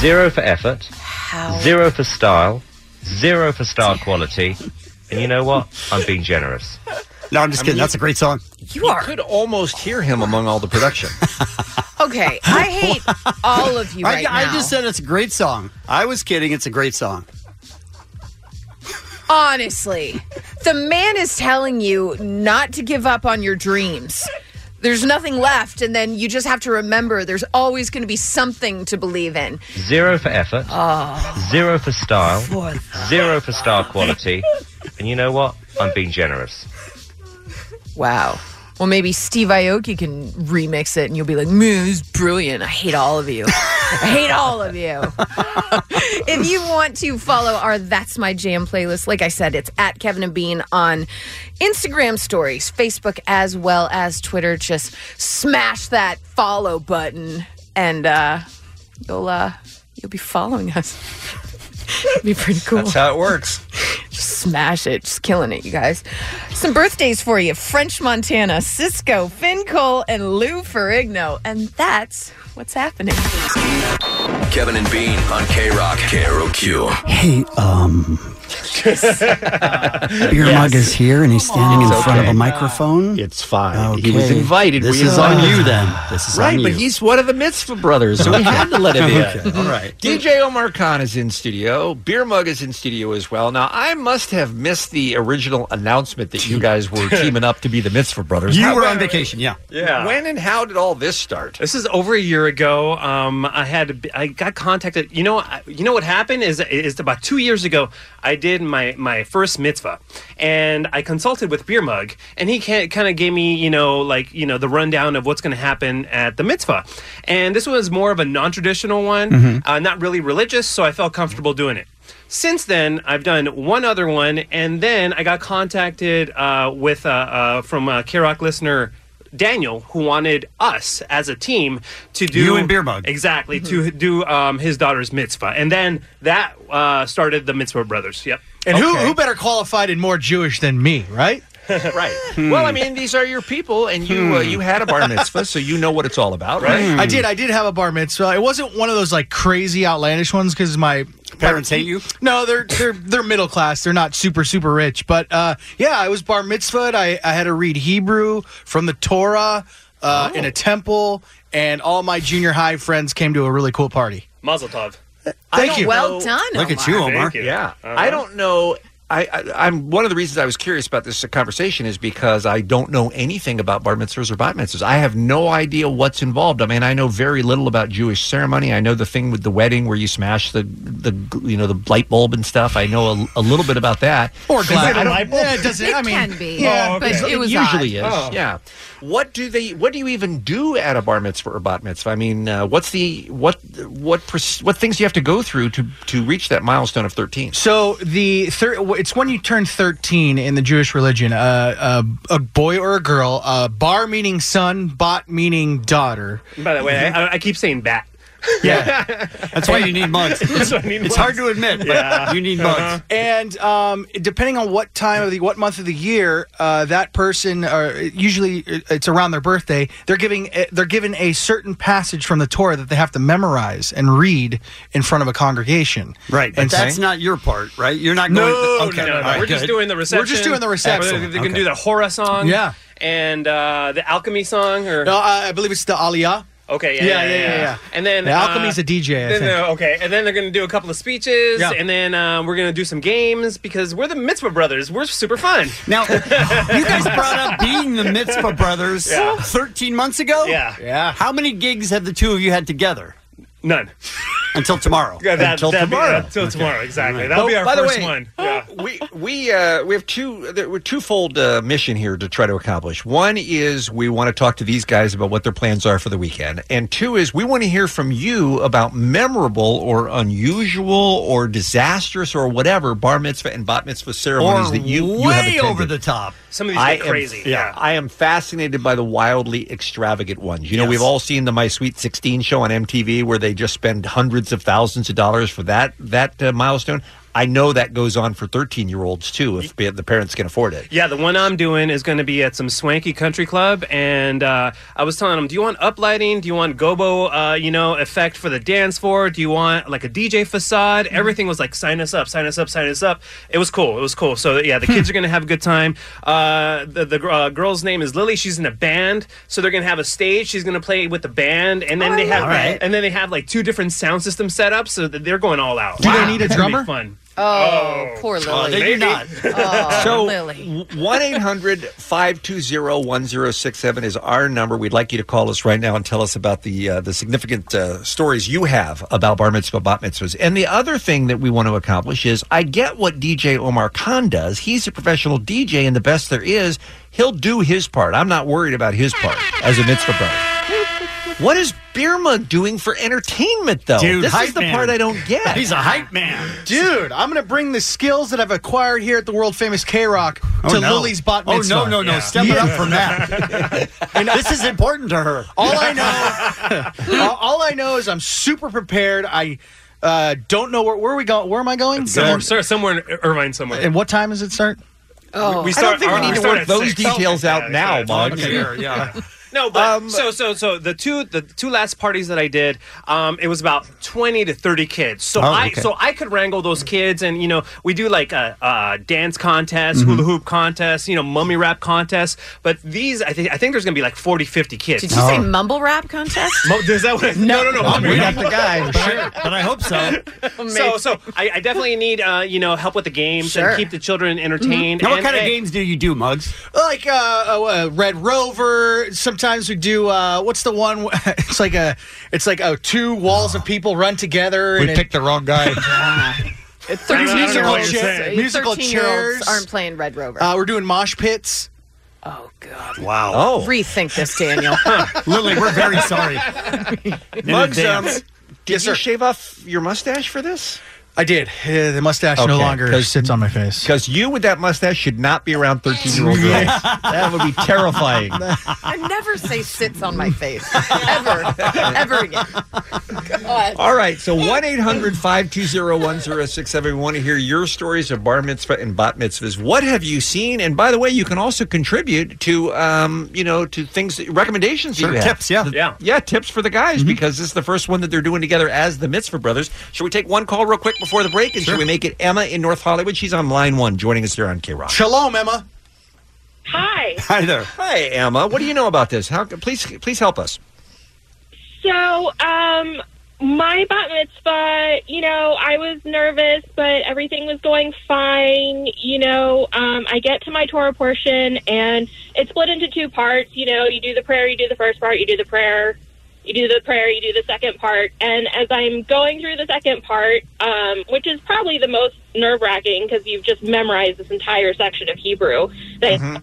S7: Zero for effort, zero for style, zero for style quality. And you know what? I'm being generous.
S8: No, I'm just
S5: I mean,
S8: kidding. That's a great song.
S11: You are.
S5: could almost hear him among all the production.
S11: (laughs) Okay, I hate all of you
S8: I-
S11: right
S8: I,
S11: now.
S8: just said it's a great song. I was kidding. It's a great song.
S11: Honestly, the man is telling you not to give up on your dreams. There's nothing left, and then you just have to remember there's always going to be something to believe in.
S7: Zero for effort,
S11: Oh,
S7: zero for style,
S11: For
S7: zero for style quality. And you know what? I'm being generous.
S11: wow. Well, maybe Steve Aoki can remix it, and you'll be like, "Man, this is brilliant! I hate all of you. I hate all of you." if you want to follow our That's My Jam playlist, like I said, it's at Kevin and Bean on Instagram stories, Facebook, as well as Twitter. Just smash that follow button and uh, you'll uh, you'll be following us. It'd be pretty cool.
S5: That's how it works.
S11: Just smash it. Just killing it, you guys. Some birthdays for you. French Montana, Cisco, Finn Cole, and Lou Ferrigno. And that's what's happening.
S15: (laughs)
S19: Kevin and Bean on K Rock. K R O Q.
S8: Hey, um, Beer mug is here, and he's standing in
S5: It's
S8: front of
S5: okay.
S8: a microphone. It's fine.
S5: He was invited.
S8: This
S5: We
S8: is
S5: allowed
S8: on
S5: him.
S8: you then. This is
S5: right,
S8: on
S5: but
S8: you.
S5: he's one of the Mitzvah brothers, so we had
S8: (laughs)
S5: to let him
S8: Okay,
S5: in. All right. DJ Omar Khan is in studio. Beer Mug is in studio as well. Now, I must have missed the original announcement
S8: (laughs)
S5: that you guys were teaming up to be the Mitzvah brothers.
S8: You
S5: How-
S8: were on vacation, yeah.
S5: Yeah. When and how did all this start?
S33: This is over a year ago. Um, I had to be- I got contacted. You know, I- you know what happened is is about two years ago. I did my my first mitzvah, and I consulted with Beer Mug, and he kind of gave me you know like you know the rundown of what's going to happen at the mitzvah, and this was more of a non traditional one,
S5: Mm-hmm.
S15: Mhm.
S33: uh, not really religious, so I felt comfortable doing it. Since then, I've done one other one, and then I got contacted uh, with uh, uh, from uh, K Rock listener Daniel, who wanted us as a team to do
S8: You and Beer Mug.
S33: exactly to
S11: Mm-hmm.
S33: do um, his daughter's mitzvah, and then that uh, started the Mitzvah Brothers. Yep.
S8: Oh.
S25: And who, who better qualified and more Jewish than me, right?
S5: right. Well, I mean, these are your people, and you uh,
S25: Hmm.
S5: you had a bar mitzvah, so you know what it's all about, right?
S25: I did. I did have a bar mitzvah. It wasn't one of those like crazy outlandish ones because my
S8: Parents hate you?
S25: No, they're they're they're middle class. They're not super super rich. But uh, yeah, I was bar mitzvahed. I I had to read Hebrew from the Torah uh, in a temple, and all my junior high friends came to a really cool party.
S33: Mazel tov.
S25: Thank you.
S11: Oh, Well done. Uh-huh.
S5: Yeah,
S25: Uh-huh.
S5: I don't know. I, I, I'm one of the reasons I was curious about this conversation is because I don't know anything about bar mitzvahs or bat mitzvahs. I have no idea what's involved. I mean, I know very little about Jewish ceremony. I know the thing with the wedding where you smash the the you know the light bulb and stuff. I know a, a little bit about that.
S25: Or
S5: But I
S25: glass.
S5: don't-
S25: Yeah, it doesn't. I mean, Yeah,
S33: Oh,
S25: but it was
S5: usually
S25: odd.
S5: is.
S25: Oh.
S5: Yeah. What do they? What do you even do at a bar mitzvah or bat mitzvah? I mean, uh, what's the what what pres- what things do you have to go through to to reach that milestone of thirteen?
S25: So the thir- it's when you turn thirteen in the Jewish religion. Uh, a, a boy or a girl. Uh, bar meaning son. Bot meaning daughter.
S33: By the way, I, I keep saying bat.
S25: Yeah.
S8: That's why you need
S25: (laughs)
S33: (laughs)
S8: mugs.
S33: That's why I need mugs.
S8: it's hard to admit, but
S33: Yeah.
S8: you need mugs.
S33: Uh-huh.
S25: And um, depending on what time of the what month of the year uh, that person, or usually uh, it's around their birthday, they're giving uh, they're given a certain passage from the Torah that they have to memorize and read in front of a congregation.
S8: Right, but
S25: And
S8: that's
S25: so-
S8: not your part, right? You're not going.
S25: No,
S33: no, no,
S8: okay,
S33: no.
S8: all right,
S33: We're just
S8: good.
S33: doing the reception.
S25: We're just doing the reception.
S33: They, they can
S25: Okay.
S33: do the Hora song.
S25: Yeah.
S33: And uh, the Alchemy song, or
S25: No, I I believe it's the Aliyah.
S33: Okay, yeah,
S25: Yeah,
S33: yeah,
S25: yeah, yeah, yeah.
S33: And then
S25: The Alchemy's
S33: uh,
S25: a DJ, I
S33: then
S25: think.
S33: they're- Okay, and then they're gonna do a couple of speeches,
S25: Yeah.
S33: and then uh, we're gonna do some games because we're the Mitzvah Brothers. We're super fun.
S8: Now, you guys brought up being the Mitzvah Brothers
S33: Yeah.
S8: 13 months ago.
S33: Yeah.
S25: yeah.
S8: How many gigs have the two of you had together?
S33: None.
S8: Until tomorrow.
S33: Yeah, that-
S8: until
S33: that'd be-
S8: tomorrow. Oh,
S33: until tomorrow, exactly.
S8: All
S33: That'll be our
S5: Oh, by
S33: first
S5: the way,
S33: one.
S5: We we uh, we have two there we're twofold uh, mission here to try to accomplish. One is we want to talk to these guys about what their plans are for the weekend, and two is we want to hear from you about memorable or unusual or disastrous or whatever bar mitzvah and bat mitzvah ceremonies that you you have
S8: way
S5: attended.
S8: over the top.
S33: Some of
S5: I am- I am fascinated by the wildly extravagant ones. You know,
S8: Yes.
S5: we've all seen the My Sweet 16 show on MTV where they just spend hundreds of thousands of dollars for that that uh, milestone. I know that goes on for 13 year olds too if the parents can afford it.
S33: Yeah, the one I'm doing is going to be at some swanky country club, and uh, I was telling them, do you want uplighting? Do you want gobo, uh, you know, effect for the dance floor? Do you want like a DJ facade?
S5: Mm-hmm.
S33: Everything was like, sign us up, sign us up, sign us up. It was cool. It was cool. So yeah, the
S5: Hmm.
S33: kids are going to have a good time. Uh, the the gr- uh, girl's name is Lily. She's in a band, so they're going to have a stage. She's going to play with the band, and
S5: Oh,
S33: then they have
S8: All right.
S33: and then they have like two different sound system setups, so that they're going all out.
S5: Do
S33: (laughs)
S5: they need a
S33: It's gonna be
S5: drummer?
S33: Fun.
S11: Oh, poor Lily.
S5: so
S11: Lily.
S5: 1 800 520 1067 is our number. We'd like you to call us right now and tell us about the uh, the significant uh, stories you have about bar mitzvah, bat mitzvahs. And the other thing that we want to accomplish is I get what DJ Omar Khan does. He's a professional DJ, and the best there is, he'll do his part. I'm not worried about his part as a mitzvah brother. What is Beer Mug doing for entertainment, though?
S25: Dude,
S5: this
S25: hype
S5: is the
S25: man.
S5: part I don't
S25: (laughs)
S5: get.
S25: He's a hype
S8: man.
S25: Dude, I'm going to bring the skills that I've acquired here at the world famous K Rock to Lily's bot
S8: Oh
S25: mitzvah.
S8: no, no, no! Step it up
S25: (laughs)
S8: from that.
S5: (laughs)
S8: and this is important to her.
S25: All I know, (laughs) all, all I know is I'm super prepared. I uh, don't know where, where are we going. Where am I going?
S33: Somewhere, sir, somewhere in Ir- Er, Irvine, somewhere.
S25: And what time does it start?
S33: Oh. We
S5: I
S33: start-
S5: don't think
S33: our-
S5: we need
S33: we
S5: to
S33: start
S5: work
S33: at
S5: those
S33: six.
S5: details
S33: Okay,
S5: out
S33: yeah,
S5: now,
S33: that's right.
S5: Mug.
S33: Okay, sure, yeah. No, but so so so the two the two last parties that I did, um, it was about twenty to thirty kids. So
S9: Oh,
S33: I
S9: okay.
S33: so I could wrangle those kids, and you know we do like a, uh dance contest, hula hoop contest, you know mummy rap contest. But these, I think I think there's gonna be like 40, 50 kids.
S11: Did you say mumble rap contest?
S33: Mo- is that what? No, no, no.
S11: No,
S33: mummy
S11: Oh. we
S33: rap.
S11: got
S33: (laughs)
S11: the guy, but
S33: Sure.
S8: But I hope so.
S33: So, so I, I definitely need uh, you know help with the games
S25: Sure.
S33: and keep the children entertained.
S8: Now, what
S33: and-
S8: kind of
S33: and-
S8: games do you do, Mugs?
S25: like uh, uh, uh, Red Rover. Sometimes we do. Uh, what's the one? (laughs) w- It's like a. It's like oh, two walls of people run together.
S15: We
S25: and
S15: picked the wrong guy.
S25: musical chair, musical
S11: 13-year-olds
S25: chairs.
S11: aren't playing Red Rover.
S25: Uh, we're doing mosh pits.
S8: Wow.
S25: Oh.
S11: Rethink
S25: (laughs)
S11: this, Daniel.
S8: Lily, we're very
S5: (laughs)
S8: sorry.
S5: Mugs, um,
S25: advance.
S5: did you shave off your mustache for this?
S25: I did. Uh, the mustache no
S5: Okay,
S25: longer
S5: 'cause-
S25: sits on my face.
S5: Because you with that mustache should not be around 13 year old girls.
S25: Yeah.
S5: That would be terrifying.
S11: I never say sits on my face. Ever. Ever again. God.
S5: All right, so 1 800 520 1067. We want to hear your stories of bar mitzvah and bat mitzvahs. What have you seen? And by the way, you can also contribute to, um, you know, to things, recommendations
S8: Sure,
S5: that you have.
S8: tips, yeah.
S5: Yeah. Yeah, tips for the guys
S25: Mm-hmm.
S5: because this is the first one that they're doing together as the Mitzvah Brothers. Should we take one call real quick before the break? And should we make it Emma in North Hollywood? She's on line one joining us here on K Rock.
S25: Shalom, Emma.
S30: Hi.
S8: (laughs) Hi there.
S5: Hi, Emma. What do you know about this? How Please, please help us.
S30: So, um, my bat mitzvah, you know, I was nervous, but everything was going fine. You know, um, I get to my Torah portion, and it's split into two parts. You know, you do the prayer, you do the first part, you do the prayer, you do the prayer, you do the second part. And as I'm going through the second part, um, which is probably the most nerve wracking because you've just memorized this entire section of Hebrew, that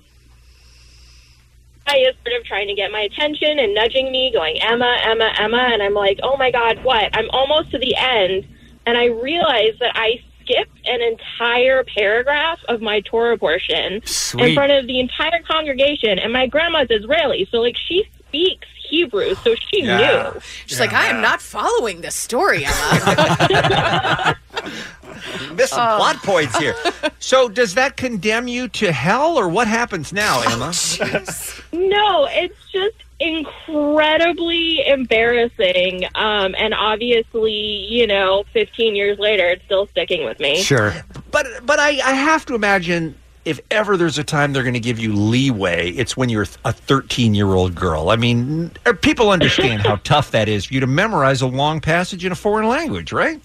S30: guy is sort of trying to get my attention and nudging me, going, Emma, Emma, Emma. And I'm like, oh my God, what? I'm almost to the end. And I realize that I skipped an entire paragraph of my Torah portion in
S23: Sweet.
S30: front of the entire congregation. And my grandma's Israeli. So, like, she speaks Hebrew. So she
S11: Yeah.
S30: knew.
S11: She's like, I am not following this story, Emma.
S5: Missed some plot points here. So, does that condemn you to hell, or what happens now, Emma?
S30: No, it's just incredibly embarrassing. Um, and obviously, you know, 15 years later, it's still sticking with me.
S5: But but I, I have to imagine if ever there's a time they're going to give you leeway, it's when you're a 13 year old girl. I mean, uh, people understand how tough that is for you to memorize a long passage in a foreign language, right?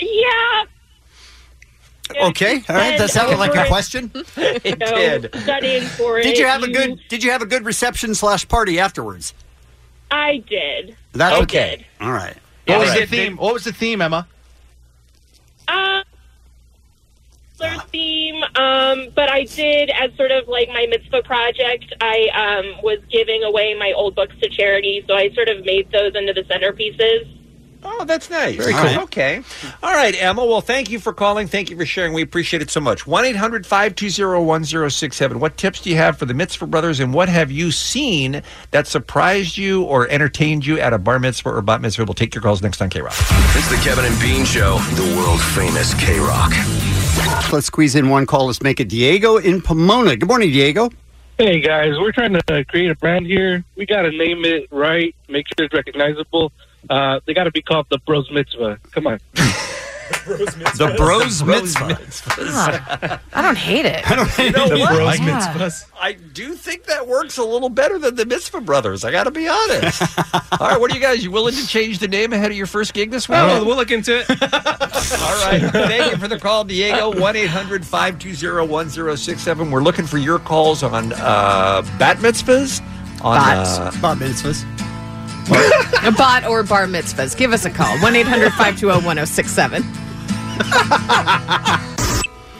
S30: Yeah.
S8: Okay. All right. That sounded like a question.
S25: (laughs)
S5: It
S30: So,
S8: did.
S30: Studying for it.
S8: Did you have a good Did you have a good reception slash party afterwards?
S30: I did.
S8: That's
S30: I
S8: okay.
S30: did.
S8: All right.
S25: What
S8: All
S25: was the
S8: right.
S25: theme? What was the theme, Emma?
S30: Uh, their theme, um, but I did as sort of like my mitzvah project. I um, was giving away my old books to charity, so I sort of made those into the centerpieces.
S5: Oh, that's nice.
S30: Very
S5: All
S30: cool.
S5: right. Okay. All right, Emma. Well, thank you for calling. Thank you for sharing. We appreciate it so much. 1 800 520 1067. What tips do you have for the Mitzvah Brothers, and what have you seen that surprised you or entertained you at a bar mitzvah or bat mitzvah? We'll take your calls next on K Rock.
S19: It's the Kevin and Bean Show, the world famous K Rock.
S8: Let's squeeze in one call. Let's make it Diego in Pomona. Good morning, Diego.
S3: Hey guys, we're trying to create a brand here. We got to name it right, make sure it's recognizable. Uh, they got to be called the Bros Mitzvah. Come on.
S5: The Bros Mitzvah.
S11: God, I don't hate it.
S5: I don't hate
S11: it. The bros Yeah. mitzvahs.
S5: I do think that works a little better than the Mitzvah Brothers. I got to be honest. All right, what are you guys? You willing to change the name ahead of your first gig this week?
S33: Oh, we'll look into it.
S5: (laughs) All right. Thank you for the call, Diego. 1 800 520 1067. We're looking for your calls on uh, bat mitzvahs. On, uh,
S8: Bat- bat mitzvahs.
S11: A (laughs) bot or bar mitzvahs. Give us a call. 1 800 520 1067.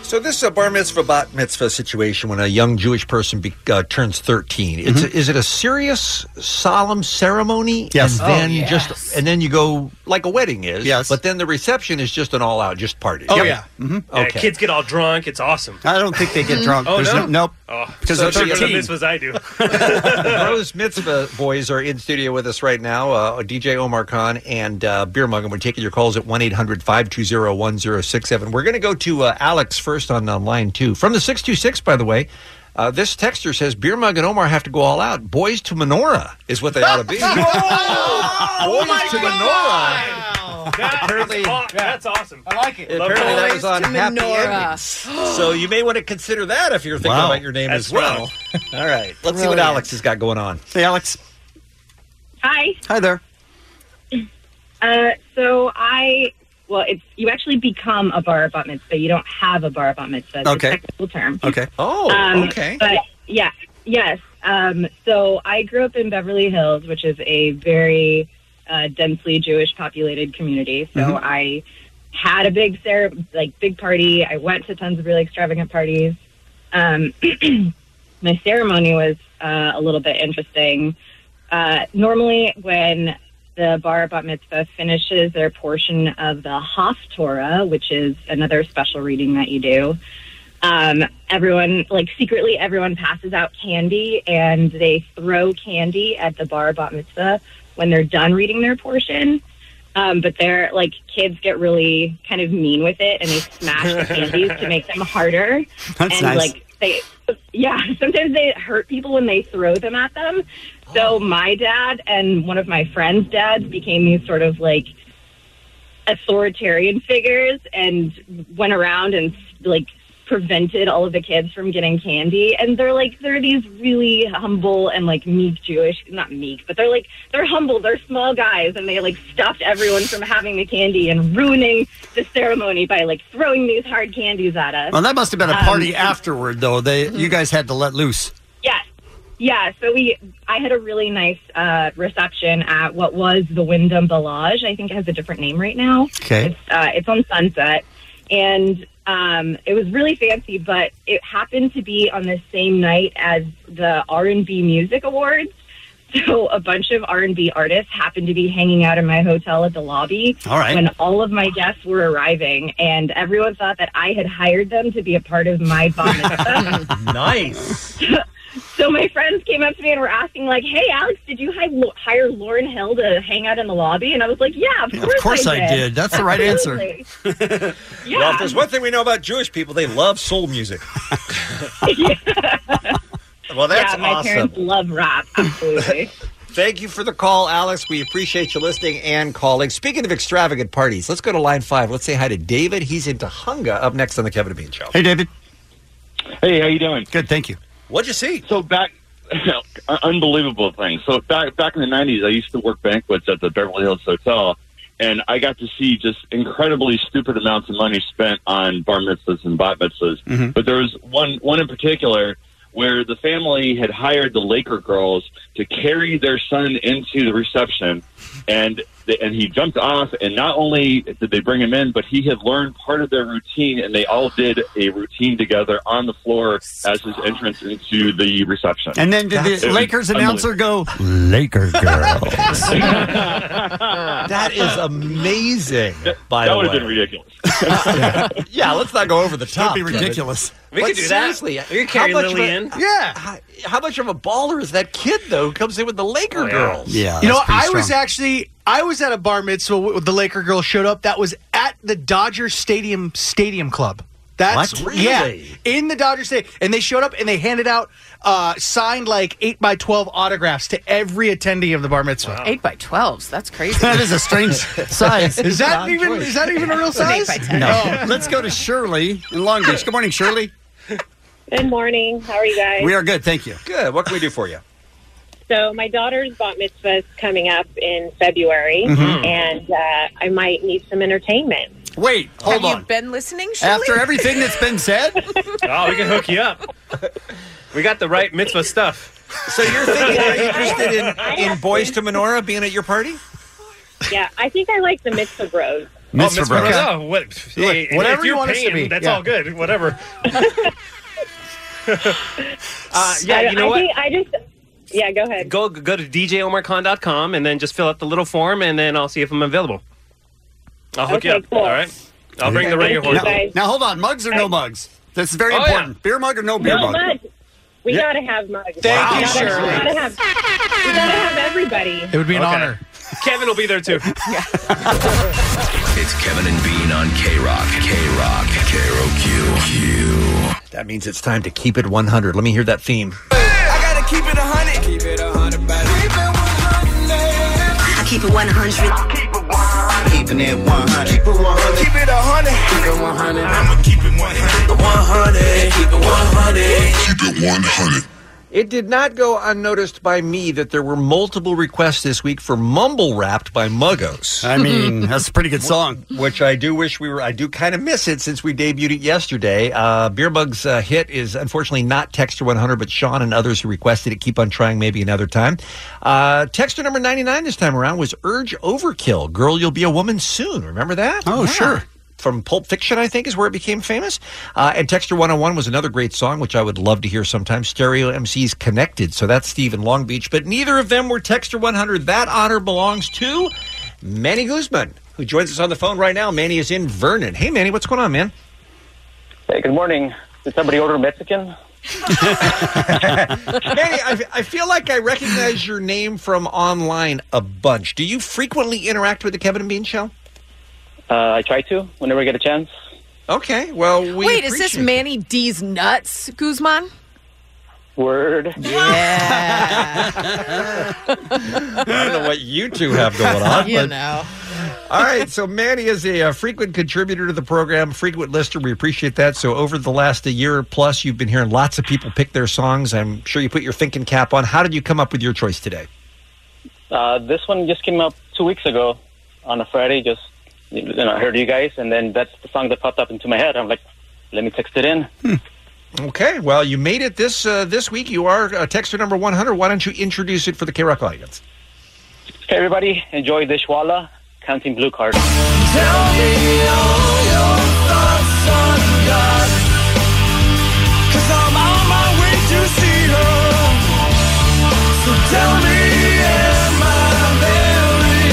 S5: So this is a bar mitzvah, bat mitzvah situation when a young Jewish person be, uh, turns 13. It's, is it a serious, solemn ceremony?
S8: Yes.
S5: And then
S8: Oh, yes.
S5: just and then you go like a wedding is. Yes. But then the reception is just an all-out just party.
S33: Oh,
S5: Yep.
S33: yeah. Yeah,
S5: Mm-hmm. Okay.
S33: kids get all drunk. It's awesome.
S8: I don't think they get drunk.
S33: (laughs) Oh,
S8: There's
S33: no?
S8: no- nope.
S33: Oh,
S8: Because
S33: so
S8: they're
S33: they go to the
S8: 13.
S33: mitzvahs I do.
S5: Bros Mitzvah boys are in studio with us right now. Uh, DJ Omar Khan and uh, Beer Mug, and we're taking your calls at 1 800 520 1067. We're going to go to uh, Alex first on, on line two. From the 626, by the way, Uh, this texter says Beer Mug and Omar have to go all out. Boys to menorah is what they ought
S9: (laughs)
S5: to be.
S9: oh my
S5: to
S9: God.
S5: Apparently,
S33: that's awesome.
S25: I like it.
S5: Apparently that was on Happy Endings. So you may want to consider that if you're thinking
S25: Wow.
S5: about your name
S25: That's
S5: as well. all right. Let's see what
S25: Brilliant.
S5: Alex has got going on.
S8: Hey, Alex.
S15: Hi.
S8: Hi there.
S15: Uh, so I, well, it's you actually become a bar bat mitzvah. You don't have a bar bat mitzvah. It's a
S8: Okay.
S15: technical term.
S8: Okay.
S9: Oh,
S15: Um, But yeah, yes. Um, so I grew up in Beverly Hills, which is a very uh, densely Jewish populated community. So
S31: Mhm.
S15: I had a big Sarah, like big party. I went to tons of really extravagant parties. Um, (clears throat) my ceremony was uh, a little bit interesting. Uh, normally, when the bar bat mitzvah finishes their portion of the Haftorah, which is another special reading that you do, um, everyone like secretly everyone passes out candy and they throw candy at the bar bat mitzvah when they're done reading their portion. Um, but they're like kids get really kind of mean with it and they smash the candies to make them harder.
S9: (laughs) That's
S15: and
S9: nice.
S15: like they yeah, (laughs) sometimes they hurt people when they throw them at them.
S9: Oh.
S15: So my dad and one of my friends' dads became these sort of like authoritarian figures and went around and like prevented all of the kids from getting candy and they're like they're these really humble and like meek jewish not meek but they're like they're humble they're small guys and they like stopped everyone from having the candy and ruining the ceremony by like throwing these hard candies at us
S8: Well, that must have been a
S15: Um,
S8: party afterward, though. They, you guys had to let loose.
S15: Yes. Yeah, so we I had a really nice uh, reception at what was the Wyndham Bellage. I think it has a different name right now.
S8: Okay.
S15: It's, uh, it's on Sunset, and um, it was really fancy. But it happened to be on the same night as the R and B Music Awards. (laughs) So a bunch of R and B artists happened to be hanging out in my hotel at the lobby
S9: All right.
S15: when all of my guests were arriving, and everyone thought that I had hired them to be a part of
S9: (laughs)
S15: my bar (laughs) mitzvah.
S5: nice.
S15: (laughs) So my friends came up to me and were asking, like, "Hey, Alex, did you hi- hire Lauren Hill to hang out in the lobby?" And I was like, "Yeah, of course,
S5: course
S15: I,
S5: I
S15: did.
S5: did. That's the right answer.
S15: Absolutely.
S5: Well, if there's one thing we know about Jewish people, they love soul music.
S15: (laughs)
S5: well, that's
S15: yeah, my
S5: awesome. (laughs)
S15: parents love rap. Absolutely.
S5: Thank you for the call, Alex. We appreciate you listening and calling. Speaking of extravagant parties, let's go to line five. Let's say hi to David. He's in Tahunga up next on the Kevin and Bean Show.
S8: Hey, David.
S23: Hey, how you doing?
S8: Good, thank you.
S23: What'd you see? So back, (laughs) unbelievable thing. So back back in the nineties, I used to work banquets at the Beverly Hills Hotel, and I got to see just incredibly stupid amounts of money spent on bar mitzvahs and bat mitzvahs. But there was one one in particular where the family had hired the Laker girls to carry their son into the reception, and the, and he jumped off. And not only did they bring him in, but he had learned part of their routine, and they all did a routine together on the floor as his entrance into the reception.
S8: And then did
S23: It
S8: the
S23: was
S8: Lakers announcer go,
S6: Laker girl.
S5: That
S23: (laughs)
S5: is amazing. By
S23: that
S5: the
S23: would
S5: way,
S23: have been ridiculous. (laughs)
S5: (laughs) yeah, let's not go over the top.
S23: be
S5: Kevin.
S23: ridiculous.
S33: We
S5: But
S33: could do that.
S5: seriously,
S33: You could carry
S5: how much
S33: Lily
S5: of
S33: in.
S5: a, Yeah. How, how much of a baller is that kid though? Who comes in with the Laker girls?
S25: you know, I was actually I was at a bar mitzvah. w- The Laker girl showed up. That was at the Dodger Stadium Stadium Club. That's
S9: What?
S25: yeah,
S9: Really?
S25: in the Dodger Stadium, and they showed up and they handed out uh, signed like eight by twelve autographs to every attendee of the bar mitzvah.
S11: Eight by twelves. That's crazy.
S25: That is a (laughs) strange size. Is that Wrong even- choice. is that even a real
S8: It's an eight
S25: size? Oh.
S8: by ten. (laughs) No. Let's go to Shirley in Long Beach. Good morning, Shirley.
S31: Good morning. How are you guys?
S8: We are good, thank you.
S5: Good. What can we do for you?
S31: So my daughter's bat mitzvah is coming up in February,
S8: Mhm.
S31: and uh, I might need some entertainment.
S8: Wait, hold
S11: Have
S8: on.
S11: you been listening? Shirley?
S8: After everything that's been said,
S33: (laughs) Oh, we can hook you up. We got the right mitzvah stuff.
S5: So you're thinking are you interested
S33: (laughs)
S5: in, in boys to menorah being at your party?
S31: (laughs) Yeah, I think I like the mitzvah bros.
S5: Mitzvah
S33: mitzvah
S5: bros.
S33: bros. Oh, what, hey, if
S5: whatever you
S33: you're
S5: want us to
S33: paying,
S5: be,
S33: That's
S5: yeah.
S33: all good.
S5: (laughs)
S33: Whatever. uh,
S31: I,
S33: yeah, you know
S31: I
S33: what?
S31: Think I just yeah, go ahead.
S33: Go go to djomarcon.com and then just fill out the little form, and then I'll see if I'm available. I'll hook you
S31: Okay,
S33: up. All right. I'll bring the regular horse.
S8: Now, now hold on, mugs or no mugs? That's very
S33: Oh, yeah.
S8: important. Beer mug or no beer
S31: no
S8: mug?
S31: mugs. We
S8: Yeah.
S31: gotta have mugs.
S8: Thank you,
S31: we gotta,
S8: Shirley.
S31: We gotta have, we gotta have everybody.
S25: It would be an
S33: Okay.
S25: honor.
S33: Kevin will be there
S5: (laughs)
S33: too.
S19: It's Kevin and Bean on K Rock. K Rock. K R O Q. Q.
S5: That means it's time to keep it 100. Let me hear that theme.
S9: I gotta keep it a hundred. Keep it a hundred, baby. Keep it one hundred. Keep it one hundred. Keep it one hundred. Keeping it one hundred. Keep it one hundred. Keep it a hundred. Keep it one hundred. I'ma keep it one hundred. One hundred. Keep it one hundred.
S5: Keep it 100. It did not go unnoticed by me that there were multiple requests this week for Mumble Wrapped by Muggos.
S8: I mean, (laughs) that's a pretty good song.
S5: Which I do wish we were, I do kind of miss it since we debuted it yesterday. Uh, Beer Mug's uh, hit is unfortunately not Texture 100, but Sean and others who requested it keep on trying maybe another time. Uh, texture number 99 this time around was Urge Overkill Girl, You'll Be a Woman Soon. Remember that?
S8: Oh, sure.
S5: From Pulp Fiction, I think, is where it became famous. Uh, and Texture 101 was another great song, which I would love to hear sometime. Stereo MCs Connected. So that's Steve in Long Beach. But neither of them were Texture 100. That honor belongs to Manny Guzman, who joins us on the phone right now. Manny is in Vernon. Hey, Manny, what's going on, man?
S20: Hey, good morning. Did somebody order
S5: (laughs)
S20: Mexican?
S5: Manny, I, I feel like I recognize your name from online a bunch. Do you frequently interact with the Kevin and Bean show?
S20: Uh, I try to whenever I get a chance.
S5: Okay, well, we
S11: Wait, is this Manny D's nuts, Guzman?
S20: Word.
S5: I don't know what you two have going on.
S11: you
S5: but-
S11: know.
S5: All right, so Manny is a, uh frequent contributor to the program, frequent listener. We appreciate that. So over the last a year plus, you've been hearing lots of people pick their songs. I'm sure you put your thinking cap on. How did you come up with your choice today?
S20: Uh, this one just came up two weeks ago on a Friday. Just you know, I heard you guys, and then that's the song that popped up into my head. I'm like, let me text it in.
S5: Okay, well, you made it this uh, this week. You are uh, texter number 100. Why don't you introduce it for the K Rock audience?
S20: Okay, everybody, enjoy Dishwalla, Counting Blue Card.
S9: Tell me all your thoughts on God. Cause I'm on my way to see her. So tell me, am I very